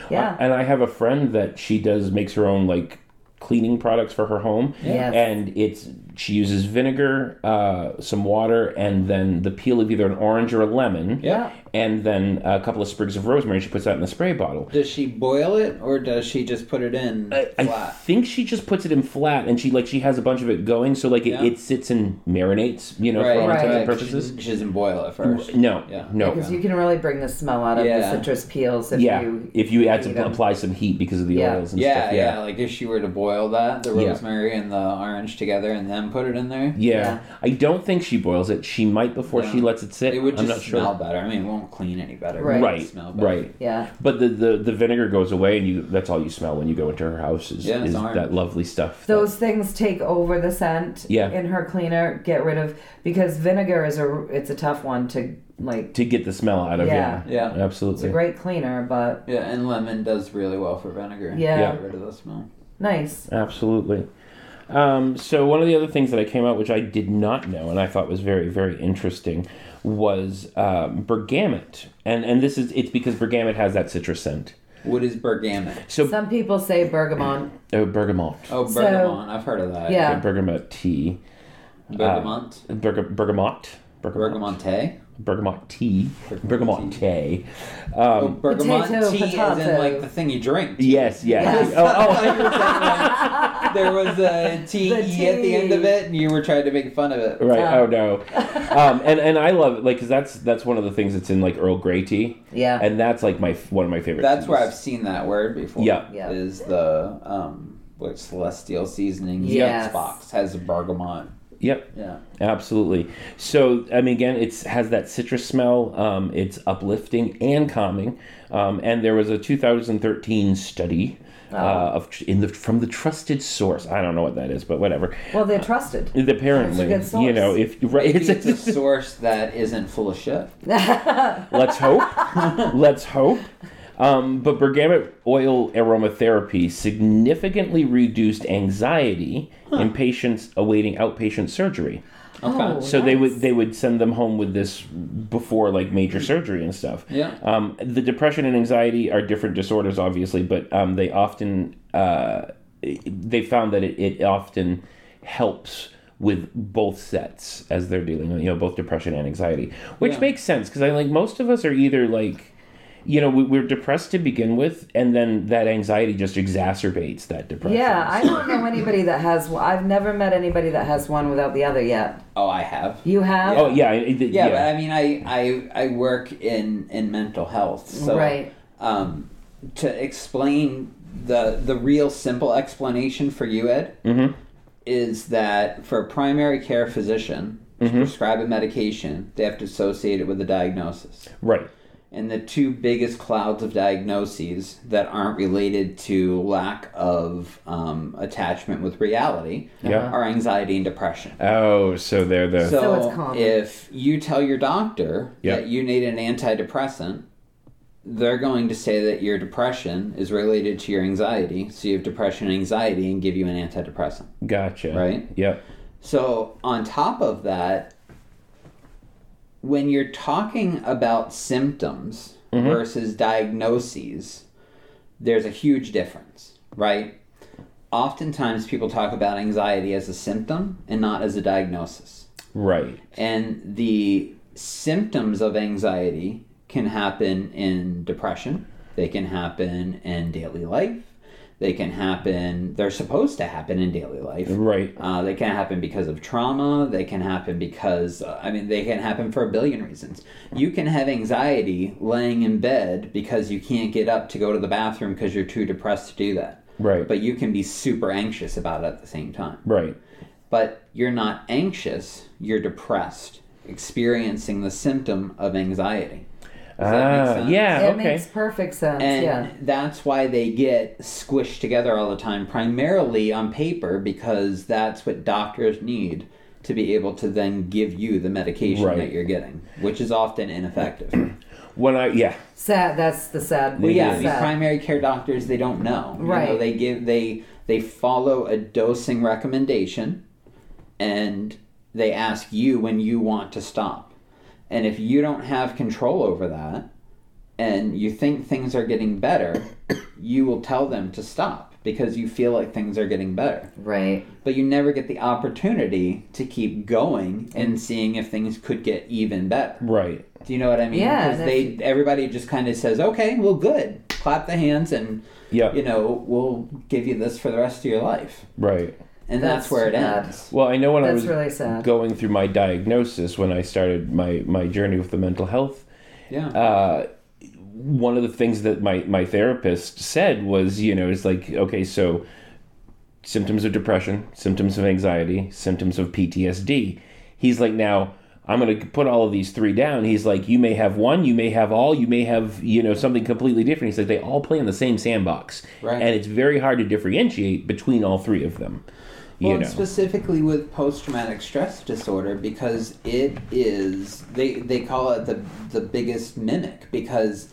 Speaker 1: Yeah.
Speaker 5: And Uh, I have a friend that she does makes her own like cleaning products for her home.
Speaker 1: Yes.
Speaker 5: And it's she uses vinegar, uh, some water, and then the peel of either an orange or a lemon.
Speaker 2: Yeah.
Speaker 5: And then a couple of sprigs of rosemary. She puts that in a spray bottle.
Speaker 2: Does she boil it or does she just put it in
Speaker 5: I
Speaker 2: flat?
Speaker 5: think she just puts it in flat, and she like she has a bunch of it going, so like it,
Speaker 2: Yeah.
Speaker 5: it sits and marinates, you know,
Speaker 2: right,
Speaker 5: for all intents
Speaker 2: right.
Speaker 5: and purposes.
Speaker 2: She, she doesn't boil it first.
Speaker 5: No,
Speaker 2: Yeah.
Speaker 5: no,
Speaker 1: Because you can really bring the smell out of
Speaker 2: Yeah.
Speaker 1: the citrus peels if
Speaker 5: yeah.
Speaker 1: you
Speaker 5: if you add
Speaker 1: eat
Speaker 5: to
Speaker 1: 'em.
Speaker 5: apply some heat because of the
Speaker 1: Yeah.
Speaker 5: oils and
Speaker 2: Yeah,
Speaker 5: stuff,
Speaker 2: yeah, Like if she were to boil that, the
Speaker 5: Yeah.
Speaker 2: rosemary and the orange together, and then put it in there,
Speaker 5: Yeah.
Speaker 1: Yeah.
Speaker 5: I don't think she boils it. She might before she
Speaker 2: No.
Speaker 5: lets it sit.
Speaker 2: it would
Speaker 5: I'm
Speaker 2: just
Speaker 5: not sure.
Speaker 2: smell better. I mean, it won't clean any better. but it
Speaker 1: Right.
Speaker 2: would
Speaker 5: Right.
Speaker 2: Smell better.
Speaker 5: Right.
Speaker 1: Yeah.
Speaker 5: But the, the the vinegar goes away and you that's all you smell when you go into her house is,
Speaker 2: Yeah, it's
Speaker 5: is
Speaker 2: orange.
Speaker 5: that lovely stuff. that-
Speaker 1: Those things take over the scent
Speaker 5: Yeah.
Speaker 1: in her cleaner, get rid of because vinegar is a it's a tough one to like
Speaker 5: to get the smell out of
Speaker 1: Yeah.
Speaker 5: yeah.
Speaker 2: Yeah.
Speaker 1: It's a
Speaker 5: Absolutely.
Speaker 1: great cleaner, but
Speaker 2: Yeah, and lemon does really well for vinegar.
Speaker 1: Yeah.
Speaker 5: Yeah.
Speaker 2: Get rid of the smell.
Speaker 1: nice.
Speaker 5: Absolutely. Um, so one of the other things that I came out, which I did not know, and I thought was very, very interesting, was um, bergamot, and and this is it's because bergamot has that citrus scent.
Speaker 2: What is bergamot?
Speaker 5: So
Speaker 1: Some people say bergamot.
Speaker 5: oh, bergamot,
Speaker 2: Oh,
Speaker 1: So-
Speaker 2: bergamot. I've heard of that.
Speaker 1: Yeah.
Speaker 5: bergamot tea,
Speaker 2: Bergamot.
Speaker 5: Berga- bergamot, bergamot, Um,
Speaker 2: Bergamonte.
Speaker 5: bergamot tea,
Speaker 2: Bergamot
Speaker 5: bergamot tea.
Speaker 2: Oh, bergamot
Speaker 1: Potato,
Speaker 2: tea is
Speaker 1: potato.
Speaker 2: in like the thing you drink.
Speaker 5: Yes, yes.
Speaker 1: Yes.
Speaker 5: Oh, oh,
Speaker 2: there was a T
Speaker 1: The
Speaker 2: E at the end of
Speaker 1: tea.
Speaker 2: it, and you were trying to make fun of it.
Speaker 5: Right.
Speaker 1: Yeah.
Speaker 5: Oh no. Um, and and I love it, like because that's that's one of the things that's in like Earl Grey tea,
Speaker 1: Yeah.
Speaker 5: and that's like my one of my favorite.
Speaker 2: That's where
Speaker 5: teas.
Speaker 2: I've seen that word before.
Speaker 5: Yeah.
Speaker 1: Yeah.
Speaker 2: Is the um what celestial seasoning
Speaker 1: Yes.
Speaker 2: box has a bergamot.
Speaker 5: Yep.
Speaker 2: Yeah.
Speaker 5: Absolutely. So I mean, again, it's has that citrus smell. Um, it's uplifting and calming. Um, and there was a 2013 study. Uh, of tr- in the from the trusted source, I don't know what that is, but whatever.
Speaker 1: well, they're trusted.
Speaker 5: Apparently,
Speaker 1: That's a good
Speaker 5: you know,
Speaker 1: source.
Speaker 5: if right,
Speaker 2: Maybe it's a source that isn't full of shit.
Speaker 5: Let's hope. Let's hope. Um, but bergamot oil aromatherapy significantly reduced anxiety in patients awaiting outpatient surgery.
Speaker 1: Oh,
Speaker 5: So they
Speaker 1: nice.
Speaker 5: would they would send them home with this before like major surgery and stuff.
Speaker 2: Hmm. Yeah.
Speaker 5: Um, the depression and anxiety are different disorders, obviously, but um, they often uh, they found that it, it often helps with both sets as they're dealing with you know both depression and anxiety, which
Speaker 2: Yeah.
Speaker 5: makes sense because I like most of us are either like you know, we, we're depressed to begin with, and then that anxiety just exacerbates that depression.
Speaker 1: Yeah, I don't know anybody that has one. I've never met anybody that has one without the other yet.
Speaker 2: Oh, I have.
Speaker 1: You have?
Speaker 5: Oh yeah, it- it-
Speaker 2: yeah,
Speaker 5: yeah.
Speaker 2: but I mean, I, I I work in in mental health, so
Speaker 1: Right.
Speaker 2: Um, to explain the the real simple explanation for you, Ed, is that for a primary care physician to prescribe a medication, they have to associate it with a diagnosis.
Speaker 5: right.
Speaker 2: And the two biggest clouds of diagnoses that aren't related to lack of um, attachment with reality
Speaker 5: Yeah.
Speaker 2: are anxiety and depression.
Speaker 5: Oh, so they're the
Speaker 2: So,
Speaker 1: So it's common.
Speaker 2: if you tell your doctor
Speaker 5: Yeah.
Speaker 2: that you need an antidepressant, they're going to say that your depression is related to your anxiety. So you have depression and anxiety and give you an antidepressant.
Speaker 5: gotcha.
Speaker 2: Right.
Speaker 5: Yep.
Speaker 2: So on top of that, when you're talking about symptoms versus diagnoses, there's a huge difference, right? Oftentimes people talk about anxiety as a symptom and not as a diagnosis
Speaker 5: Right.
Speaker 2: and the symptoms of anxiety can happen in depression they can happen in daily life they can happen they're supposed to happen in daily life
Speaker 5: Right.
Speaker 2: uh, they can happen because of trauma they can happen because uh, i mean they can happen for a billion reasons you can have anxiety laying in bed because you can't get up to go to the bathroom because you're too depressed to do that
Speaker 5: Right.
Speaker 2: but you can be super anxious about it at the same time
Speaker 5: Right.
Speaker 2: but you're not anxious, you're depressed, experiencing the symptom of anxiety. Does that make
Speaker 5: Ah,
Speaker 2: sense?
Speaker 5: yeah.
Speaker 1: it
Speaker 5: okay.
Speaker 1: makes perfect sense.
Speaker 2: And
Speaker 1: yeah.
Speaker 2: that's why they get squished together all the time, primarily on paper, because that's what doctors need to be able to then give you the medication
Speaker 5: Right.
Speaker 2: that you're getting, which is often ineffective.
Speaker 5: when I yeah.
Speaker 1: Sad. That's the sad.
Speaker 2: well, yeah,
Speaker 1: sad.
Speaker 2: these primary care doctors they don't know. You know,
Speaker 1: Right.
Speaker 2: they give they they follow a dosing recommendation, and they ask you when you want to stop. And if you don't have control over that, and you think things are getting better, you will tell them to stop because you feel like things are getting better.
Speaker 1: Right.
Speaker 2: But you never get the opportunity to keep going and seeing if things could get even better.
Speaker 5: Right.
Speaker 2: Do you know what I mean?
Speaker 1: Yeah,
Speaker 2: 'Cause
Speaker 1: that's-
Speaker 2: they everybody just kind of says, "Okay, well, good. Clap the hands, and
Speaker 5: Yeah.
Speaker 2: you know, we'll give you this for the rest of your life."
Speaker 5: Right.
Speaker 2: And that's,
Speaker 1: That's
Speaker 2: where it
Speaker 1: bad.
Speaker 2: ends.
Speaker 5: Well, I know when I
Speaker 1: That's
Speaker 5: was
Speaker 1: really sad.
Speaker 5: going through my diagnosis when I started my my journey with the mental health
Speaker 2: Yeah.
Speaker 5: uh, one of the things that my, my therapist said was, you know, it's like, okay, so symptoms of depression, symptoms of anxiety, symptoms of PTSD. He's like, now I'm going to put all of these three down. He's like, you may have one, you may have all, you may have, you know, something completely different. He's like, they all play in the same sandbox.
Speaker 2: Right.
Speaker 5: And it's very hard to differentiate between all three of them. You
Speaker 2: well, and
Speaker 5: know,
Speaker 2: specifically with post-traumatic stress disorder, because it is they they call it the the biggest mimic because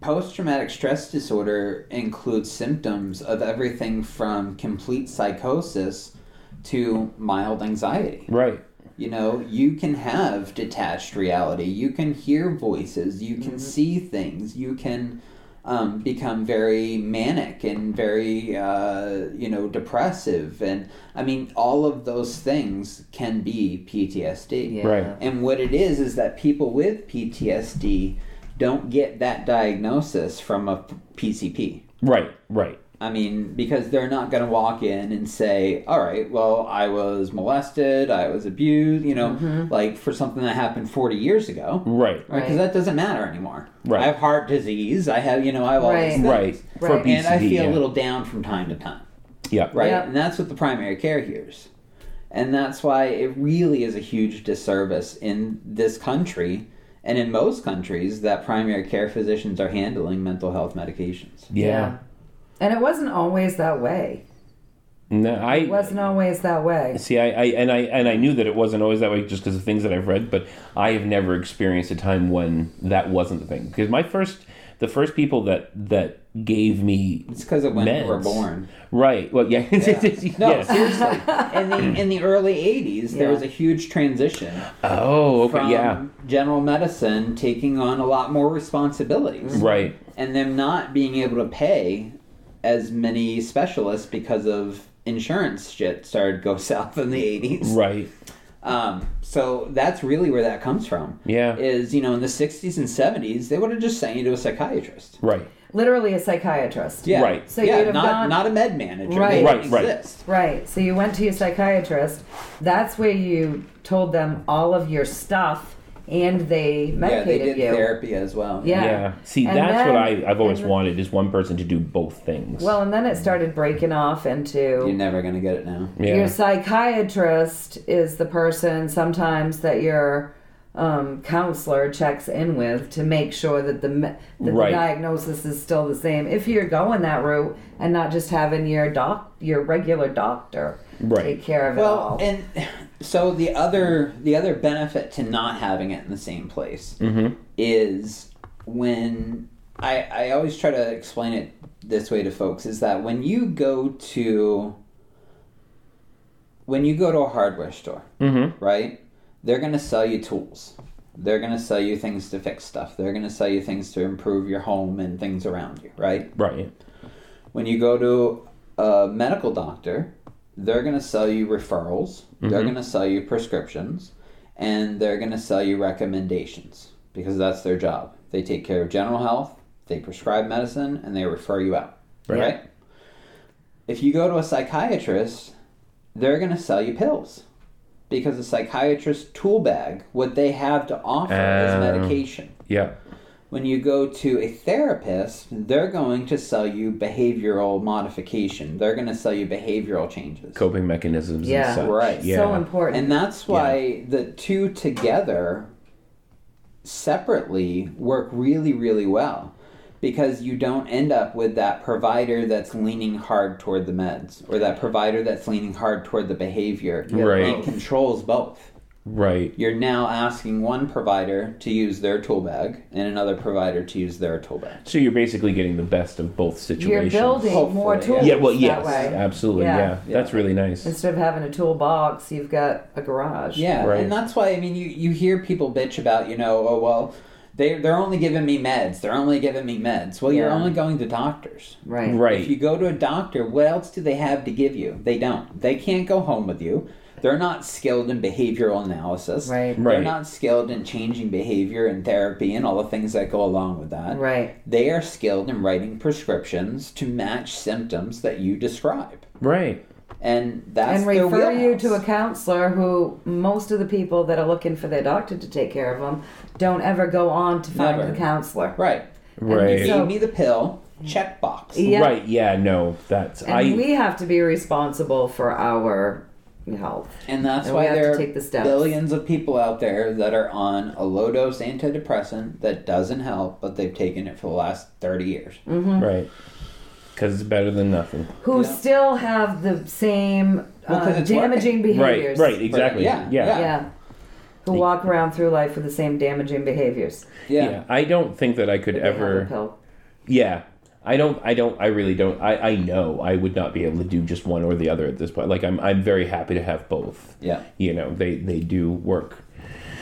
Speaker 2: post-traumatic stress disorder includes symptoms of everything from complete psychosis to mild anxiety.
Speaker 5: right.
Speaker 2: You know, you can have detached reality. You can hear voices. You can see things. You can um, become very manic and very, uh, you know, depressive. And I mean, all of those things can be PTSD.
Speaker 1: Yeah.
Speaker 5: Right.
Speaker 2: And what it is is that people with PTSD don't get that diagnosis from a PCP.
Speaker 5: Right, right.
Speaker 2: I mean, because they're not going to walk in and say, all right, well, I was molested, I was abused, you know, like for something that happened 40 years ago.
Speaker 5: Mm-hmm.
Speaker 2: Right.
Speaker 5: Right,
Speaker 2: Because
Speaker 1: Right.
Speaker 2: that doesn't matter anymore.
Speaker 5: Right.
Speaker 2: I have heart disease. I have, you know, I have all these
Speaker 1: Right.
Speaker 2: things.
Speaker 5: right. For
Speaker 1: Right.
Speaker 5: BCD,
Speaker 2: And I feel
Speaker 5: yeah.
Speaker 2: a little down from time to time.
Speaker 5: yeah,
Speaker 2: Right.
Speaker 1: Yep.
Speaker 2: And that's what the primary care hears. And that's why it really is a huge disservice in this country and in most countries that primary care physicians are handling mental health medications.
Speaker 5: yeah.
Speaker 1: And it wasn't always that way.
Speaker 5: No, I
Speaker 1: It wasn't always that way.
Speaker 5: See, I, I and I and I knew that it wasn't always that way just because of things that I've read, but I have never experienced a time when that wasn't the thing. Because my first, the first people that that gave me
Speaker 2: It's because of when we were
Speaker 5: Meds.
Speaker 2: born.
Speaker 5: right, well, yeah,
Speaker 2: No,
Speaker 5: yes.
Speaker 2: seriously. In the in the early '80s, there
Speaker 1: Yeah.
Speaker 2: was a huge transition
Speaker 5: oh, okay,
Speaker 2: from
Speaker 5: yeah,
Speaker 2: general medicine taking on a lot more responsibilities,
Speaker 5: right,
Speaker 2: and them not being able to pay as many specialists because of insurance shit started to go south in the '80s.
Speaker 5: right,
Speaker 2: Um, so that's really where that comes from.
Speaker 5: Yeah.
Speaker 2: Is, you know, in the 60s and 70s, they would have just sent you to a psychiatrist.
Speaker 5: Right.
Speaker 1: Literally a psychiatrist.
Speaker 2: Yeah.
Speaker 5: Right.
Speaker 1: So
Speaker 2: yeah,
Speaker 1: you'd have
Speaker 2: not,
Speaker 1: gone-
Speaker 2: not a med manager.
Speaker 1: Right.
Speaker 2: They didn't
Speaker 5: Right, right.
Speaker 2: exist.
Speaker 1: Right. So you went to your psychiatrist. That's where you told them all of your stuff and they
Speaker 2: Yeah, they
Speaker 1: medicated
Speaker 2: did
Speaker 1: you.
Speaker 2: therapy as well.
Speaker 1: Yeah.
Speaker 5: Yeah. See,
Speaker 1: And
Speaker 5: that's what
Speaker 1: then-
Speaker 5: I, I've always
Speaker 1: and then-
Speaker 5: wanted is one person to do both things.
Speaker 1: Well, and then it started breaking off
Speaker 2: You're
Speaker 1: into
Speaker 2: never going to get it now.
Speaker 5: yeah.
Speaker 1: your psychiatrist is the person sometimes that your um, counselor checks in with to make sure that the me- that
Speaker 5: Right.
Speaker 1: the diagnosis is still the same. If you're going that route and not just having your doc your regular doctor
Speaker 5: Right.
Speaker 1: take care of it
Speaker 2: Well,
Speaker 1: all.
Speaker 2: and so the other the other benefit to not having it in the same place is when I I always try to explain it this way to folks is that when you go to when you go to a hardware store, right? They're going to sell you tools. They're going to sell you things to fix stuff. They're going to sell you things to improve your home and things around you, right?
Speaker 5: Right.
Speaker 2: when you go to a medical doctor, they're going to sell you referrals, they're going to sell you prescriptions, and they're going to sell you recommendations because that's their job. They take care of general health, they prescribe medicine, and they refer you out. Right?
Speaker 5: Right.
Speaker 2: If you go to a psychiatrist, they're going to sell you pills because a psychiatrist's tool bag, what they have to offer is
Speaker 5: Um,
Speaker 2: medication.
Speaker 5: Yeah.
Speaker 2: When you go to a therapist, they're going to sell you behavioral modification. They're going to sell you behavioral changes.
Speaker 5: Coping mechanisms
Speaker 1: Yeah.
Speaker 5: and such.
Speaker 2: Right.
Speaker 5: Yeah.
Speaker 1: So important.
Speaker 2: And that's why the two together separately work really, really well because you don't end up with that provider that's leaning hard toward the meds or that provider that's leaning hard toward the behavior.
Speaker 5: Right.
Speaker 2: It controls both.
Speaker 5: Right.
Speaker 2: You're now asking one provider to use their tool bag and another provider to use their tool bag.
Speaker 5: So you're basically getting the best of both
Speaker 1: you're
Speaker 5: situations.
Speaker 1: building more
Speaker 2: Hopefully,
Speaker 1: tools
Speaker 5: Yeah. Well,
Speaker 1: that
Speaker 5: yes.
Speaker 1: way.
Speaker 5: Absolutely.
Speaker 1: Yeah.
Speaker 5: Yeah. That's really nice.
Speaker 1: Instead of having a toolbox, you've got a garage.
Speaker 2: Yeah,
Speaker 5: Right.
Speaker 2: and that's why I mean you, you hear people bitch about you know oh well they they're only giving me meds they're only giving me meds well you're
Speaker 1: Yeah.
Speaker 2: only going to doctors
Speaker 1: Right.
Speaker 5: right.
Speaker 2: if you go to a doctor what else do they have to give you they don't they can't go home with you they're not skilled in behavioral analysis
Speaker 1: Right.
Speaker 5: Right.
Speaker 2: they're not skilled in changing behavior and therapy and all the things that go along with that
Speaker 1: Right.
Speaker 2: they are skilled in writing prescriptions to match symptoms that you describe
Speaker 5: Right.
Speaker 2: and that's
Speaker 1: and
Speaker 2: their
Speaker 1: refer you to a
Speaker 2: wheelhouse.
Speaker 1: counselor who most of the people that are looking for their doctor to take care of them don't ever go on to find
Speaker 2: Never.
Speaker 1: the counselor.
Speaker 2: right
Speaker 5: Right.
Speaker 2: Gave
Speaker 1: So-
Speaker 2: me the pill. Checkbox.
Speaker 1: Yeah.
Speaker 5: Right. Yeah. No. That's
Speaker 1: And
Speaker 5: I.
Speaker 1: we have to be responsible for our health.
Speaker 2: And that's
Speaker 1: And we
Speaker 2: why
Speaker 1: have
Speaker 2: there
Speaker 1: to
Speaker 2: are
Speaker 1: take the steps.
Speaker 2: billions of people out there that are on a low dose antidepressant that doesn't help, but they've taken it for the last 30 years.
Speaker 1: Mm.
Speaker 5: Right. Because it's better than nothing.
Speaker 1: Who
Speaker 2: Yeah.
Speaker 1: still have the same
Speaker 2: Well, 'cause
Speaker 1: uh,
Speaker 2: it's
Speaker 1: damaging behaviors.
Speaker 5: Right. Right. Exactly.
Speaker 2: Yeah,
Speaker 5: Yeah.
Speaker 2: yeah.
Speaker 1: Yeah. Who walk around through life with the same damaging behaviors.
Speaker 5: Yeah. I don't think that I could
Speaker 1: They have a
Speaker 5: ever.
Speaker 1: pill.
Speaker 5: Yeah. I don't I don't I really don't I, I know I would not be able to do just one or the other at this point. Like I'm I'm very happy to have both.
Speaker 2: Yeah.
Speaker 5: You know, they they do work.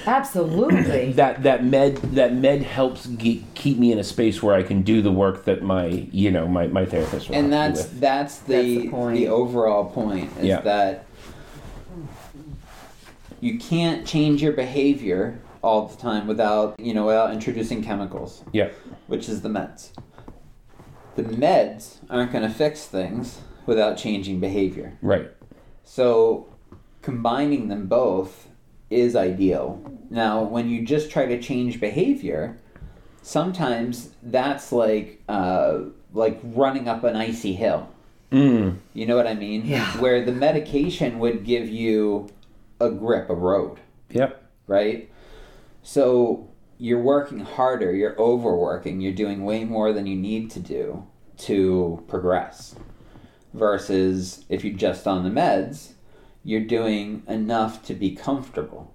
Speaker 1: Absolutely.
Speaker 5: That that med that med helps ge- keep me in a space where I can do the work that my, you know, my my therapist will
Speaker 2: And
Speaker 5: help me
Speaker 2: that's
Speaker 5: with.
Speaker 2: that's the,
Speaker 1: That's
Speaker 2: the,
Speaker 1: the point.
Speaker 2: overall point is
Speaker 5: Yeah.
Speaker 2: that you can't change your behavior all the time without, you know, without introducing chemicals.
Speaker 5: Yeah.
Speaker 2: which is the meds. The meds aren't going to fix things without changing behavior.
Speaker 5: Right.
Speaker 2: So combining them both is ideal. Now, when you just try to change behavior, sometimes that's like uh, like running up an icy hill.
Speaker 5: Mm.
Speaker 2: You know what I mean?
Speaker 1: Yeah.
Speaker 2: Where the medication would give you a grip, a road
Speaker 5: Yep.
Speaker 2: right? So you're working harder, you're overworking, you're doing way more than you need to do to progress. Versus if you're just on the meds, you're doing enough to be comfortable,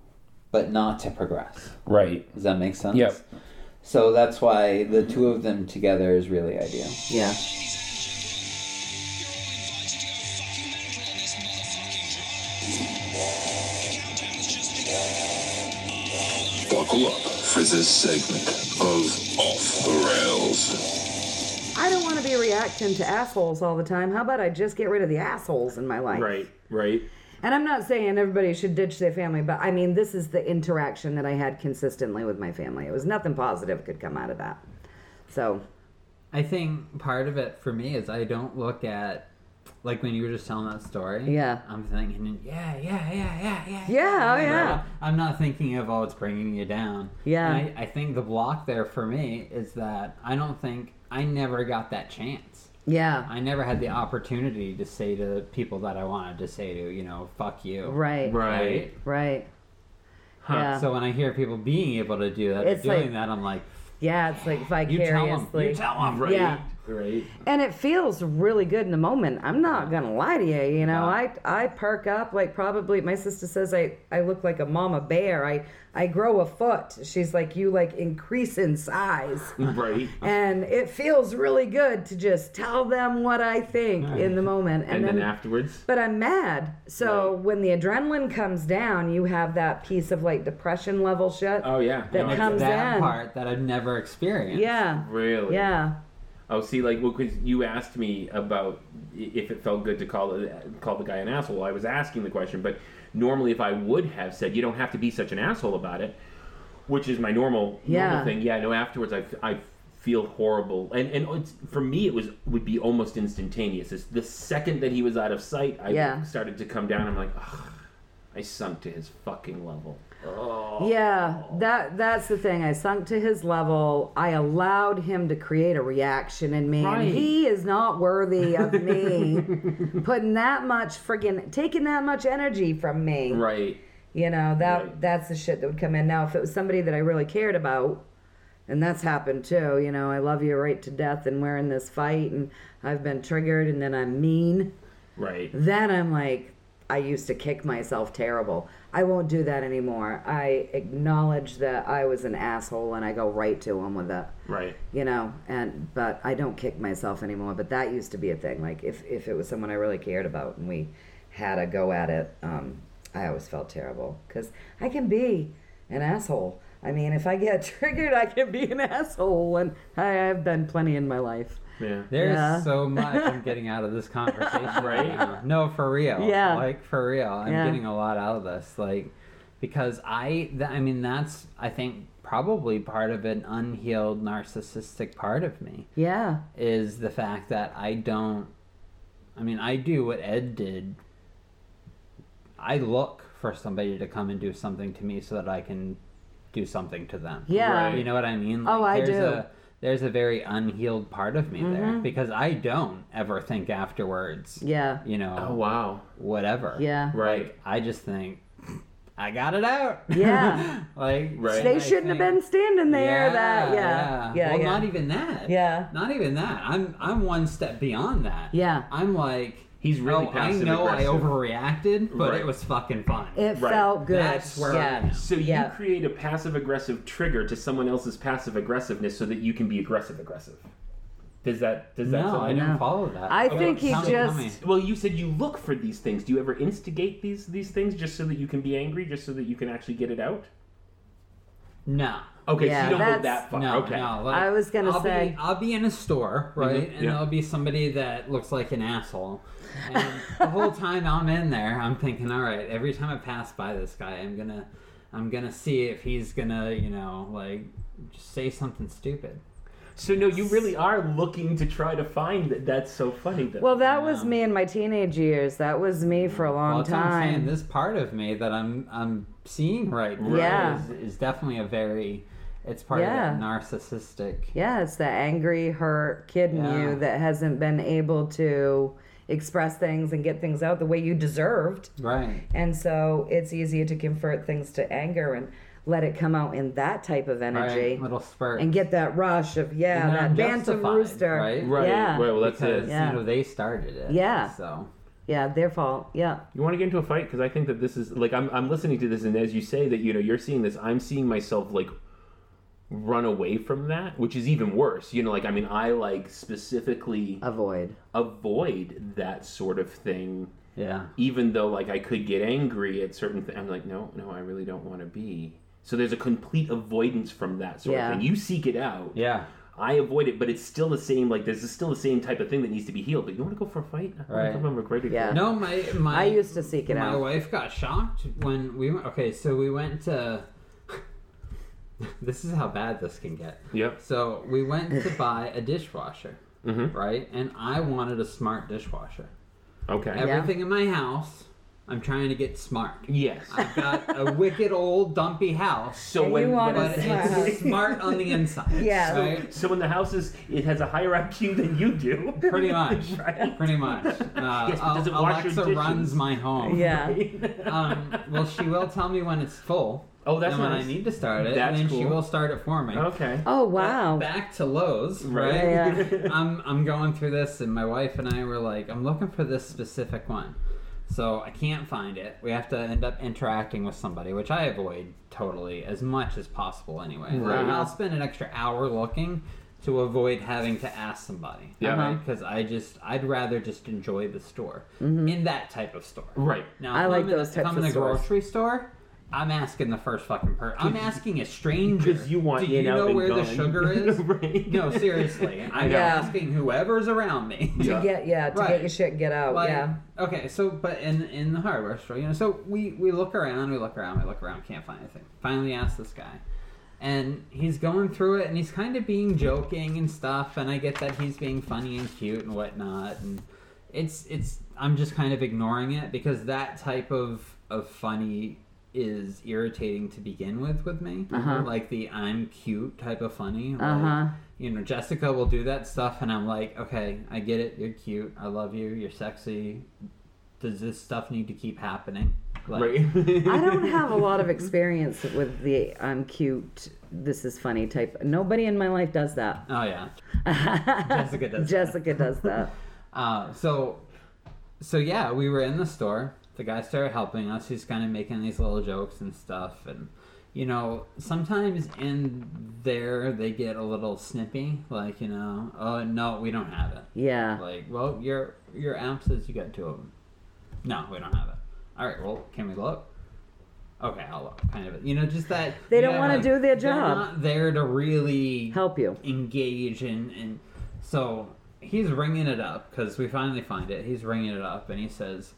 Speaker 2: but not to progress.
Speaker 5: Right.
Speaker 2: Does that make sense?
Speaker 5: Yep.
Speaker 2: So that's why the two of them together is really ideal.
Speaker 1: yeah.
Speaker 6: Buckle up for this segment of Off the Rails.
Speaker 1: I don't want to be reacting to assholes all the time. How about I just get rid of the assholes in my life?
Speaker 5: Right.
Speaker 1: And I'm not saying everybody should ditch their family, but I mean, this is the interaction that I had consistently with my family. It was nothing positive could come out of that. So,
Speaker 2: I think part of it for me is I don't look at like when you were just telling that story.
Speaker 1: Yeah.
Speaker 2: I'm thinking, yeah, yeah, yeah, yeah, yeah.
Speaker 1: Yeah, oh, yeah.
Speaker 2: I'm not thinking of oh, it's bringing you down.
Speaker 1: Yeah.
Speaker 2: And I, I think the block there for me is that I don't think I never got that chance.
Speaker 1: yeah.
Speaker 2: I never had the opportunity to say to the people that I wanted to say to, you know, fuck you.
Speaker 1: Right.
Speaker 3: Right.
Speaker 1: Right. Yeah.
Speaker 2: So when I hear people being able to do that, or
Speaker 1: It's
Speaker 2: doing
Speaker 1: like-
Speaker 2: that, I'm like,
Speaker 1: yeah, it's like
Speaker 2: you tell them,
Speaker 1: vicariously.
Speaker 2: you tell them, right?
Speaker 1: Yeah.
Speaker 2: Right.
Speaker 1: and it feels really good in the moment. I'm not gonna lie to you. You know,
Speaker 2: Yeah.
Speaker 1: I I perk up like probably my sister says I I look like a mama bear. I I grow a foot. She's like you like increase in size,
Speaker 3: Right.
Speaker 1: and it feels really good to just tell them what I think in the moment,
Speaker 3: And, then, afterwards,
Speaker 1: but I'm mad. So when the adrenaline comes down, you have that piece of like depression level shit.
Speaker 3: oh yeah,
Speaker 1: That
Speaker 3: it's-
Speaker 1: comes-
Speaker 2: that
Speaker 1: in.
Speaker 2: part that I've never experienced.
Speaker 1: yeah.
Speaker 3: really.
Speaker 1: Yeah.
Speaker 3: Oh, see, like, well, 'cause you asked me about i- if it felt good to call it, call the guy an asshole. I was asking the question, but normally, if I would have said, you don't have to be such an asshole about it, which is my normal,
Speaker 1: Yeah.
Speaker 3: normal thing. Yeah, no. Afterwards, I, f- I feel horrible, and and it's, for me, it was would be almost instantaneous. It's the second that he was out of sight, I
Speaker 1: Yeah.
Speaker 3: started to come down. I'm like, Ugh, I sunk to his fucking level. Oh.
Speaker 1: Yeah, that that's the thing. I sunk to his level. I allowed him to create a reaction in me.
Speaker 3: Right.
Speaker 1: And he is not worthy of me putting that much friggin' taking that much energy from me.
Speaker 3: Right.
Speaker 1: You know, that
Speaker 3: Right.
Speaker 1: that's the shit that would come in. Now if it was somebody that I really cared about, and that's happened too, you know, I love you right to death and we're in this fight and I've been triggered and then I'm mean.
Speaker 3: Right.
Speaker 1: Then I'm like, I used to kick myself terrible. I won't do that anymore. I acknowledge that I was an asshole and I go right to him with it.
Speaker 3: Right.
Speaker 1: You know, and but I don't kick myself anymore. But that used to be a thing. Like if if it was someone I really cared about and we had a go at it, um, I always felt terrible because I can be an asshole. I mean, if I get triggered, I can be an asshole, and I, I've done plenty in my life.
Speaker 3: Yeah.
Speaker 2: There's
Speaker 1: Yeah.
Speaker 2: so much I'm getting out of this conversation right
Speaker 3: Right?
Speaker 2: now. No, for real.
Speaker 1: Yeah.
Speaker 2: Like for real. I'm
Speaker 1: Yeah.
Speaker 2: getting a lot out of this. Like because I th- I mean that's I think probably part of an unhealed narcissistic part of me
Speaker 1: Yeah,
Speaker 2: is the fact that I don't I mean I do what Ed did. I look for somebody to come and do something to me so that I can do something to them.
Speaker 1: yeah,
Speaker 3: Right.
Speaker 2: You know what I mean?
Speaker 1: Oh, I
Speaker 2: there's
Speaker 1: do. Mm-hmm.
Speaker 2: A, there's a very unhealed part of me there because I don't ever think afterwards.
Speaker 1: yeah,
Speaker 2: You know,
Speaker 3: Oh wow.
Speaker 2: whatever.
Speaker 1: yeah.
Speaker 3: Right.
Speaker 2: I just think I got it out.
Speaker 1: Yeah.
Speaker 2: like
Speaker 3: Right.
Speaker 1: They
Speaker 2: I
Speaker 1: shouldn't have
Speaker 2: think-
Speaker 1: been standing there. that yeah, yeah, yeah.
Speaker 2: Well,
Speaker 1: yeah.
Speaker 2: not e- even that.
Speaker 1: Yeah.
Speaker 2: Not even that. I'm I'm one step beyond that.
Speaker 1: Yeah.
Speaker 2: I'm like
Speaker 3: He's really
Speaker 2: oh, I know I
Speaker 3: passive-aggressive.
Speaker 2: overreacted, but
Speaker 3: Right.
Speaker 2: it was fucking fun.
Speaker 1: it
Speaker 3: Right.
Speaker 1: felt good.
Speaker 2: That's where
Speaker 1: yeah.
Speaker 2: I'm at.
Speaker 3: So you
Speaker 1: Yeah.
Speaker 3: create a passive aggressive trigger to someone else's passive aggressiveness so that you can be aggressive aggressive. Does that does that
Speaker 2: no,
Speaker 3: sound
Speaker 2: I didn't
Speaker 1: No.
Speaker 2: follow that.
Speaker 1: I think he
Speaker 2: tell me, tell me.
Speaker 1: just
Speaker 3: well, you said you look for these things. Do you ever instigate these these things just so that you can be angry, just so that you can actually get it out?
Speaker 2: No.
Speaker 3: Okay, so
Speaker 1: Yeah,
Speaker 3: you don't go
Speaker 1: that's-
Speaker 3: that far.
Speaker 2: No,
Speaker 3: okay.
Speaker 2: no. Like,
Speaker 1: I was gonna
Speaker 2: I'll
Speaker 1: say-
Speaker 2: be, I'll be in a store,
Speaker 3: Mhm,
Speaker 2: right, and
Speaker 3: yeah.
Speaker 2: there'll be somebody that looks like an asshole. And the whole time I'm in there, I'm thinking, all right, every time I pass by this guy, I'm gonna, I'm gonna see if he's gonna, you know, like, just say something stupid.
Speaker 3: So no, you really are looking to try to find that. That's so funny though.
Speaker 1: Well, that was me in my teenage years. That was me for a long
Speaker 2: Well, that's what I'm saying.
Speaker 1: time.
Speaker 2: This part of me that I'm, I'm seeing right now
Speaker 1: Yeah.
Speaker 2: is, is definitely a very, it's part
Speaker 1: Yeah.
Speaker 2: of that narcissistic.
Speaker 1: yeah, it's the angry, hurt kid in
Speaker 2: Yeah.
Speaker 1: you that hasn't been able to express things and get things out the way you deserved.
Speaker 2: Right.
Speaker 1: And so it's easier to convert things to anger and let it come out in that type of energy
Speaker 2: Right. Little spurt.
Speaker 1: and get that rush of, yeah,
Speaker 2: And
Speaker 1: that
Speaker 2: then
Speaker 1: bantam
Speaker 2: justified,
Speaker 1: rooster.
Speaker 2: right?
Speaker 3: right.
Speaker 1: Yeah.
Speaker 3: Right. Well, that's
Speaker 2: because
Speaker 3: it.
Speaker 1: Yeah.
Speaker 2: you know they started it.
Speaker 1: Yeah.
Speaker 2: So
Speaker 1: Yeah, their fault. Yeah.
Speaker 3: You want to get into a fight because I think that this is like I'm I'm listening to this and as you say that you know you're seeing this I'm seeing myself like run away from that which is even worse you know like I mean I like specifically
Speaker 1: Avoid.
Speaker 3: avoid that sort of thing
Speaker 2: yeah,
Speaker 3: even though like I could get angry at certain things I'm like no no I really don't want to be so there's a complete avoidance from that sort
Speaker 1: Yeah.
Speaker 3: of thing you seek it out
Speaker 2: yeah,
Speaker 7: I avoid it, but it's still the same. Like there's still the same type of thing that needs to be healed. But you want to go for a fight? I
Speaker 8: Right.
Speaker 7: I'm McGregor.
Speaker 1: Yeah.
Speaker 2: No, my my
Speaker 1: I used to seek it
Speaker 2: my
Speaker 1: out.
Speaker 2: wife got shocked when we went. Okay, so we went to. this is how bad this can get.
Speaker 7: Yep.
Speaker 2: So we went to buy a dishwasher,
Speaker 7: Mhm.
Speaker 2: right? And I wanted a smart dishwasher.
Speaker 7: Okay.
Speaker 2: Everything in my house, I'm trying to get smart.
Speaker 7: Yes.
Speaker 2: I've got a wicked old dumpy house,
Speaker 7: so
Speaker 9: And
Speaker 7: when
Speaker 9: you want
Speaker 2: but
Speaker 9: a smart
Speaker 2: it's
Speaker 9: house.
Speaker 2: smart on the inside.
Speaker 9: Yeah.
Speaker 2: right?
Speaker 7: so when the house is it has a higher IQ than you do.
Speaker 2: Pretty much.
Speaker 7: Right.
Speaker 2: Pretty much. Uh,
Speaker 7: Yes, but does it
Speaker 2: Al-
Speaker 7: wash your
Speaker 2: Alexa
Speaker 7: dishes?
Speaker 2: runs my home.
Speaker 9: Yeah.
Speaker 2: Um, well, she will tell me when it's full.
Speaker 7: Oh, that's
Speaker 2: and when
Speaker 7: nice.
Speaker 2: I need to start it,
Speaker 7: That's
Speaker 2: and then she
Speaker 7: cool.
Speaker 2: will start it for me.
Speaker 7: Okay.
Speaker 1: Oh wow.
Speaker 2: Back to Lowe's, right?
Speaker 1: Yeah.
Speaker 2: I'm I'm going through this, and my wife and I were like, I'm looking for this specific one, so I can't find it. We have to end up interacting with somebody, which I avoid totally as much as possible. Anyway, Like,
Speaker 7: Right.
Speaker 2: I'll spend an extra hour looking to avoid having to ask somebody.
Speaker 7: Yeah.
Speaker 1: Uh-huh.
Speaker 2: because I just I'd rather just enjoy the store
Speaker 1: Mm-hmm.
Speaker 2: in that type of store.
Speaker 7: Right.
Speaker 2: Now,
Speaker 1: I
Speaker 2: if
Speaker 1: like
Speaker 2: I'm
Speaker 1: those
Speaker 2: in,
Speaker 1: types
Speaker 2: if I'm in
Speaker 1: of
Speaker 2: a
Speaker 1: stores.
Speaker 2: grocery store. I'm asking the first fucking person. I'm asking a stranger.
Speaker 7: Because you want
Speaker 2: Do
Speaker 7: in,
Speaker 2: you
Speaker 7: out,
Speaker 2: know
Speaker 7: and
Speaker 2: where the
Speaker 7: gone."
Speaker 2: sugar is?
Speaker 7: Right.
Speaker 2: No, seriously. I'm
Speaker 1: Yeah.
Speaker 2: asking whoever's around me.
Speaker 1: to get yeah to get
Speaker 2: Right.
Speaker 1: your shit get out
Speaker 2: Like,
Speaker 1: yeah
Speaker 2: Okay, so but in in the hardware store, you know, so we we look around, we look around, we look around, can't find anything. Finally, ask this guy, and he's going through it, and he's kind of being joking and stuff, and I get that he's being funny and cute and whatnot, and it's it's I'm just kind of ignoring it because that type of of funny is irritating to begin with with me like the i'm cute type of funny like,
Speaker 1: Uh-huh.
Speaker 2: you know jessica will do that stuff and i'm like okay i get it you're cute i love you you're sexy does this stuff need to keep happening like,
Speaker 7: Right.
Speaker 1: I don't have a lot of experience with the I'm cute, this is funny type. Nobody in my life does that.
Speaker 2: oh yeah jessica does that.
Speaker 1: Jessica does that.
Speaker 2: Uh, so, so yeah, we were in the store. The guy started helping us. He's kind of making these little jokes and stuff, and you know, sometimes in there they get a little snippy, like you know, oh no, we don't have it.
Speaker 1: Yeah.
Speaker 2: Like, well, your your amp says you got two of them. No, we don't have it. All right, well, can we look? Okay, I'll look. Kind of, you know, just that
Speaker 1: They don't
Speaker 2: yeah,
Speaker 1: wanna
Speaker 2: like,
Speaker 1: do their
Speaker 2: they're
Speaker 1: job.
Speaker 2: not there to really
Speaker 1: Help you.
Speaker 2: engage and and so he's ringing it up because we finally find it he's ringing it up and he says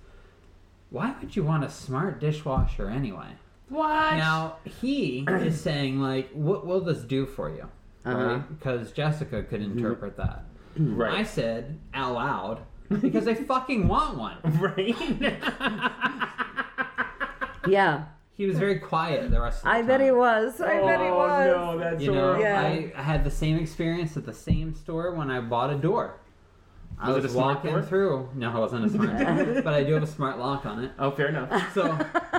Speaker 2: why would you want a smart dishwasher anyway what now he is saying like what will this do for you
Speaker 1: Uh-huh. Mm-hmm.
Speaker 2: because jessica could interpret that i
Speaker 7: right.
Speaker 2: said out loud because i fucking want one
Speaker 1: Yeah.
Speaker 2: he was very quiet the rest of the
Speaker 1: I
Speaker 2: time
Speaker 1: bet he was. I bet he was.
Speaker 7: Oh no, that's
Speaker 2: you know,
Speaker 1: Yeah.
Speaker 2: I, I had the same experience at the same store when I bought a door. I
Speaker 7: Was it
Speaker 2: was,
Speaker 7: a smart
Speaker 2: walking
Speaker 7: door?
Speaker 2: through. No, it wasn't a smart door, but I do have a smart lock on it.
Speaker 7: Oh, fair enough.
Speaker 2: So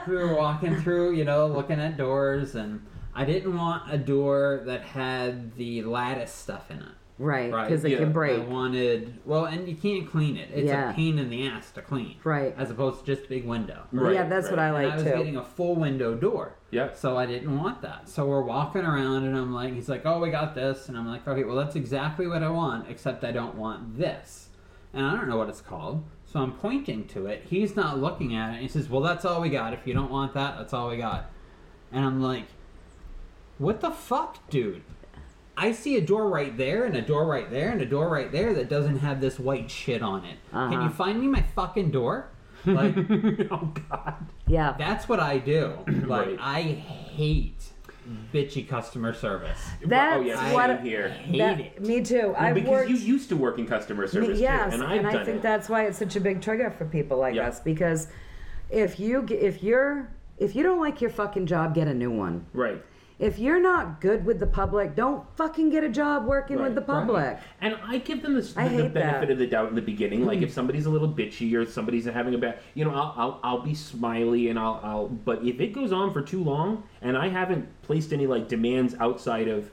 Speaker 2: we were walking through, you know, looking at doors, and I didn't want a door that had the lattice stuff in it.
Speaker 1: Right.
Speaker 2: Right,
Speaker 1: Because it
Speaker 7: yeah.
Speaker 1: can
Speaker 2: I
Speaker 1: break.
Speaker 2: wanted, well, and you can't clean it. It's
Speaker 1: Yeah.
Speaker 2: a pain in the ass to clean.
Speaker 1: Right.
Speaker 2: As opposed to just a big window.
Speaker 1: yeah, that's what I
Speaker 2: And I
Speaker 1: like
Speaker 2: was
Speaker 1: too.
Speaker 2: getting a full window door.
Speaker 7: Yeah.
Speaker 2: So I didn't want that. So we're walking around and I'm like, he's like, oh, we got this. And I'm like, okay, well, that's exactly what I want, except I don't want this. And I don't know what it's called. So I'm pointing to it. He's not looking at it. And he says, well, that's all we got. If you don't want that, that's all we got. And I'm like, what the fuck, dude? I see a door right there and a door right there and a door right there that doesn't have this white shit on it. Can
Speaker 1: Uh-huh.
Speaker 2: you find me my fucking door? Like,
Speaker 7: oh God.
Speaker 1: Yeah.
Speaker 2: that's what I do. Like
Speaker 7: Right.
Speaker 2: I hate bitchy customer service.
Speaker 1: That's
Speaker 7: oh yeah,
Speaker 1: what
Speaker 7: same here.
Speaker 2: Hate
Speaker 1: That-
Speaker 2: it.
Speaker 1: Me too. I
Speaker 7: because
Speaker 1: worked.
Speaker 7: you used to work in customer
Speaker 1: me-
Speaker 7: service
Speaker 1: yes,
Speaker 7: too, and
Speaker 1: and,
Speaker 7: I've done
Speaker 1: I think
Speaker 7: it.
Speaker 1: that's why it's such a big trigger for people like
Speaker 7: Yeah.
Speaker 1: us because if you g- if you're if you don't like your fucking job, get a new one.
Speaker 7: right.
Speaker 1: If you're not good with the public, don't fucking get a job working with
Speaker 7: Right,
Speaker 1: the public.
Speaker 7: And I give them the,
Speaker 1: I
Speaker 7: the
Speaker 1: hate
Speaker 7: benefit
Speaker 1: that. Mm-hmm.
Speaker 7: of the doubt in the beginning. Like if somebody's a little bitchy or somebody's having a bad, you know, I'll, I'll I'll be smiley and I'll I'll. But if it goes on for too long and I haven't placed any like demands outside of,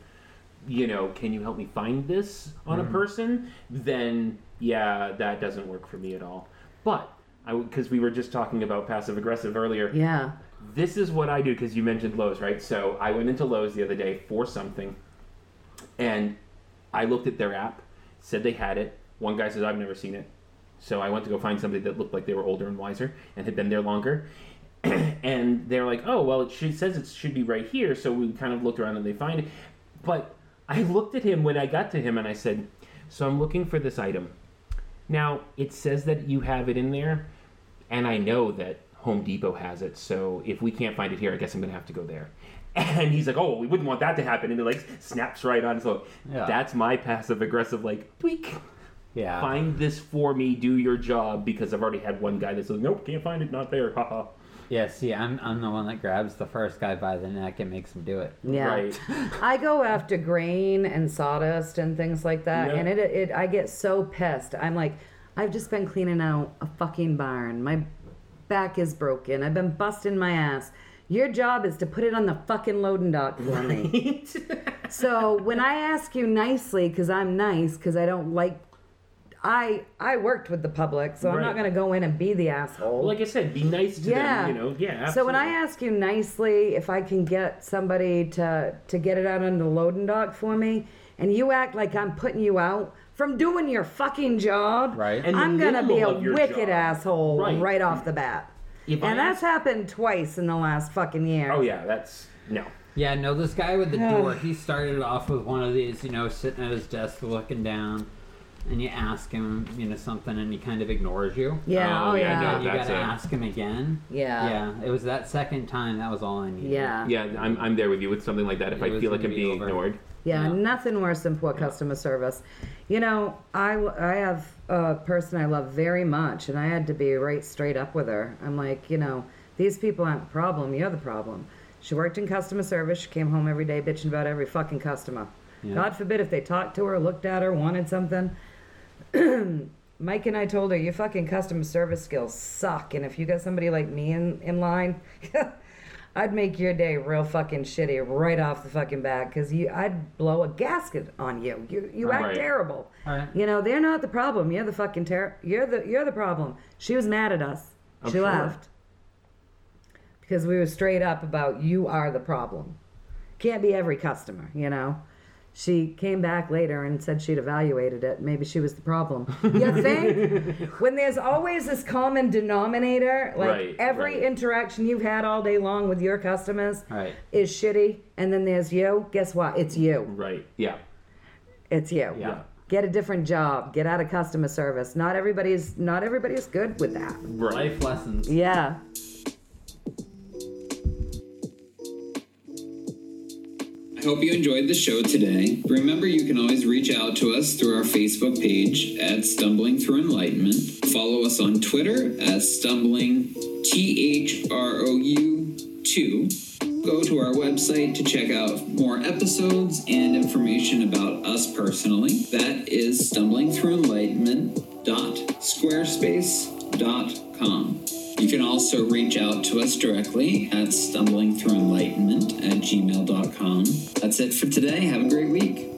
Speaker 7: you know, can you help me find this on
Speaker 1: Mm-hmm.
Speaker 7: a person, then yeah, that doesn't work for me at all. But I because we were just talking about passive aggressive earlier.
Speaker 1: Yeah.
Speaker 7: This is what I do because you mentioned Lowe's, right? So I went into Lowe's the other day for something, and I looked at their app, said they had it. One guy says, I've never seen it. So I went to go find somebody that looked like they were older and wiser and had been there longer. and they're like, oh, well, it should, says it should be right here. So we kind of looked around and they find it. But I looked at him when I got to him and I said, So I'm looking for this item. Now, it says that you have it in there, and I know that Home Depot has it, so if we can't find it here, I guess I'm gonna have to go there. And he's like, Oh, we wouldn't want that to happen. And it like snaps right on. So
Speaker 10: Yeah.
Speaker 7: that's my passive aggressive, like, tweak.
Speaker 10: Yeah.
Speaker 7: Find this for me, do your job, because I've already had one guy that's like, Nope, can't find it, not there, haha.
Speaker 10: Yeah, see, I'm, I'm the one that grabs the first guy by the neck and makes him do it.
Speaker 1: Yeah.
Speaker 7: Right.
Speaker 1: I go after grain and sawdust and things like that,
Speaker 7: Yeah.
Speaker 1: and it, it I get so pissed. I'm like, I've just been cleaning out a fucking barn. My back is broken. I've been busting my ass. Your job is to put it on the fucking loading dock for me. so when I ask you nicely, because I'm nice, because I don't like, I I worked with the public, so I'm not
Speaker 7: Right.
Speaker 1: gonna go in and be the asshole.
Speaker 7: Well, like I said, be nice to
Speaker 1: Yeah.
Speaker 7: them, you know? Yeah.
Speaker 1: So when I
Speaker 7: absolutely.
Speaker 1: ask you nicely if I can get somebody to to get it out on the loading dock for me, and you act like I'm putting you out from doing your fucking job,
Speaker 10: Right.
Speaker 7: And the
Speaker 1: I'm gonna be
Speaker 7: minimum
Speaker 1: a
Speaker 7: of your
Speaker 1: wicked
Speaker 7: job.
Speaker 1: asshole
Speaker 7: Right.
Speaker 1: right. off the bat.
Speaker 7: If I
Speaker 1: and that's happened twice in the last fucking year.
Speaker 7: Oh yeah, that's no.
Speaker 10: Yeah, no, this guy with the door, he started off with one of these, you know, sitting at his desk looking down, and you ask him, you know, something, and he kind of ignores you.
Speaker 1: Yeah.
Speaker 7: Oh,
Speaker 1: Oh,
Speaker 7: yeah,
Speaker 1: yeah.
Speaker 7: no,
Speaker 10: And you
Speaker 7: That's
Speaker 10: gotta
Speaker 7: it.
Speaker 10: ask him again.
Speaker 1: Yeah.
Speaker 10: Yeah, it was that second time, that was all I needed.
Speaker 1: yeah.
Speaker 7: Yeah, I'm, I'm there with you with something like that. If
Speaker 10: It
Speaker 7: I
Speaker 10: was
Speaker 7: feel like I'm
Speaker 10: gonna be
Speaker 7: being
Speaker 10: over.
Speaker 7: ignored,
Speaker 1: Yeah,
Speaker 10: Yeah.
Speaker 1: nothing worse than poor customer service. You know, I, w- I have a person I love very much, and I had to be right straight up with her. I'm like, you know, these people aren't the problem, you're the problem. She worked in customer service, she came home every day bitching about every fucking customer.
Speaker 10: Yeah.
Speaker 1: God forbid if they talked to her, looked at her, wanted something. Mike and I told her, your fucking customer service skills suck, and if you got somebody like me in, in line, I'd make your day real fucking shitty right off the fucking bat, because you, I'd blow a gasket on you. You, you act
Speaker 7: Right.
Speaker 1: terrible.
Speaker 10: Right.
Speaker 1: You know they're not the problem. You're the fucking ter- You're the you're the problem. She was mad at us.
Speaker 7: I'm
Speaker 1: she
Speaker 7: Oh, sure.
Speaker 1: left because we were straight up about you are the problem. Can't be every customer, you know. She came back later and said she'd evaluated it. Maybe she was the problem. You think? when there's always this common denominator, like
Speaker 7: Right,
Speaker 1: every
Speaker 7: right.
Speaker 1: interaction you've had all day long with your customers
Speaker 10: Right.
Speaker 1: is shitty, and then there's you. Guess what? It's you.
Speaker 7: right? Yeah,
Speaker 1: It's you.
Speaker 10: Yeah.
Speaker 1: Get a different job. Get out of customer service. Not everybody's not everybody's good with that.
Speaker 7: right.
Speaker 10: Life lessons.
Speaker 1: Yeah.
Speaker 4: I hope you enjoyed the show today. Remember, you can always reach out to us through our Facebook page at Stumbling Through Enlightenment. Follow us on Twitter at Stumbling T H R O U 2. Go to our website to check out more episodes and information about us personally. That is stumblingthroughenlightenment.squarespace.com. You can also reach out to us directly at stumblingthroughenlightenment at gmail.com. That's it for today. Have a great week.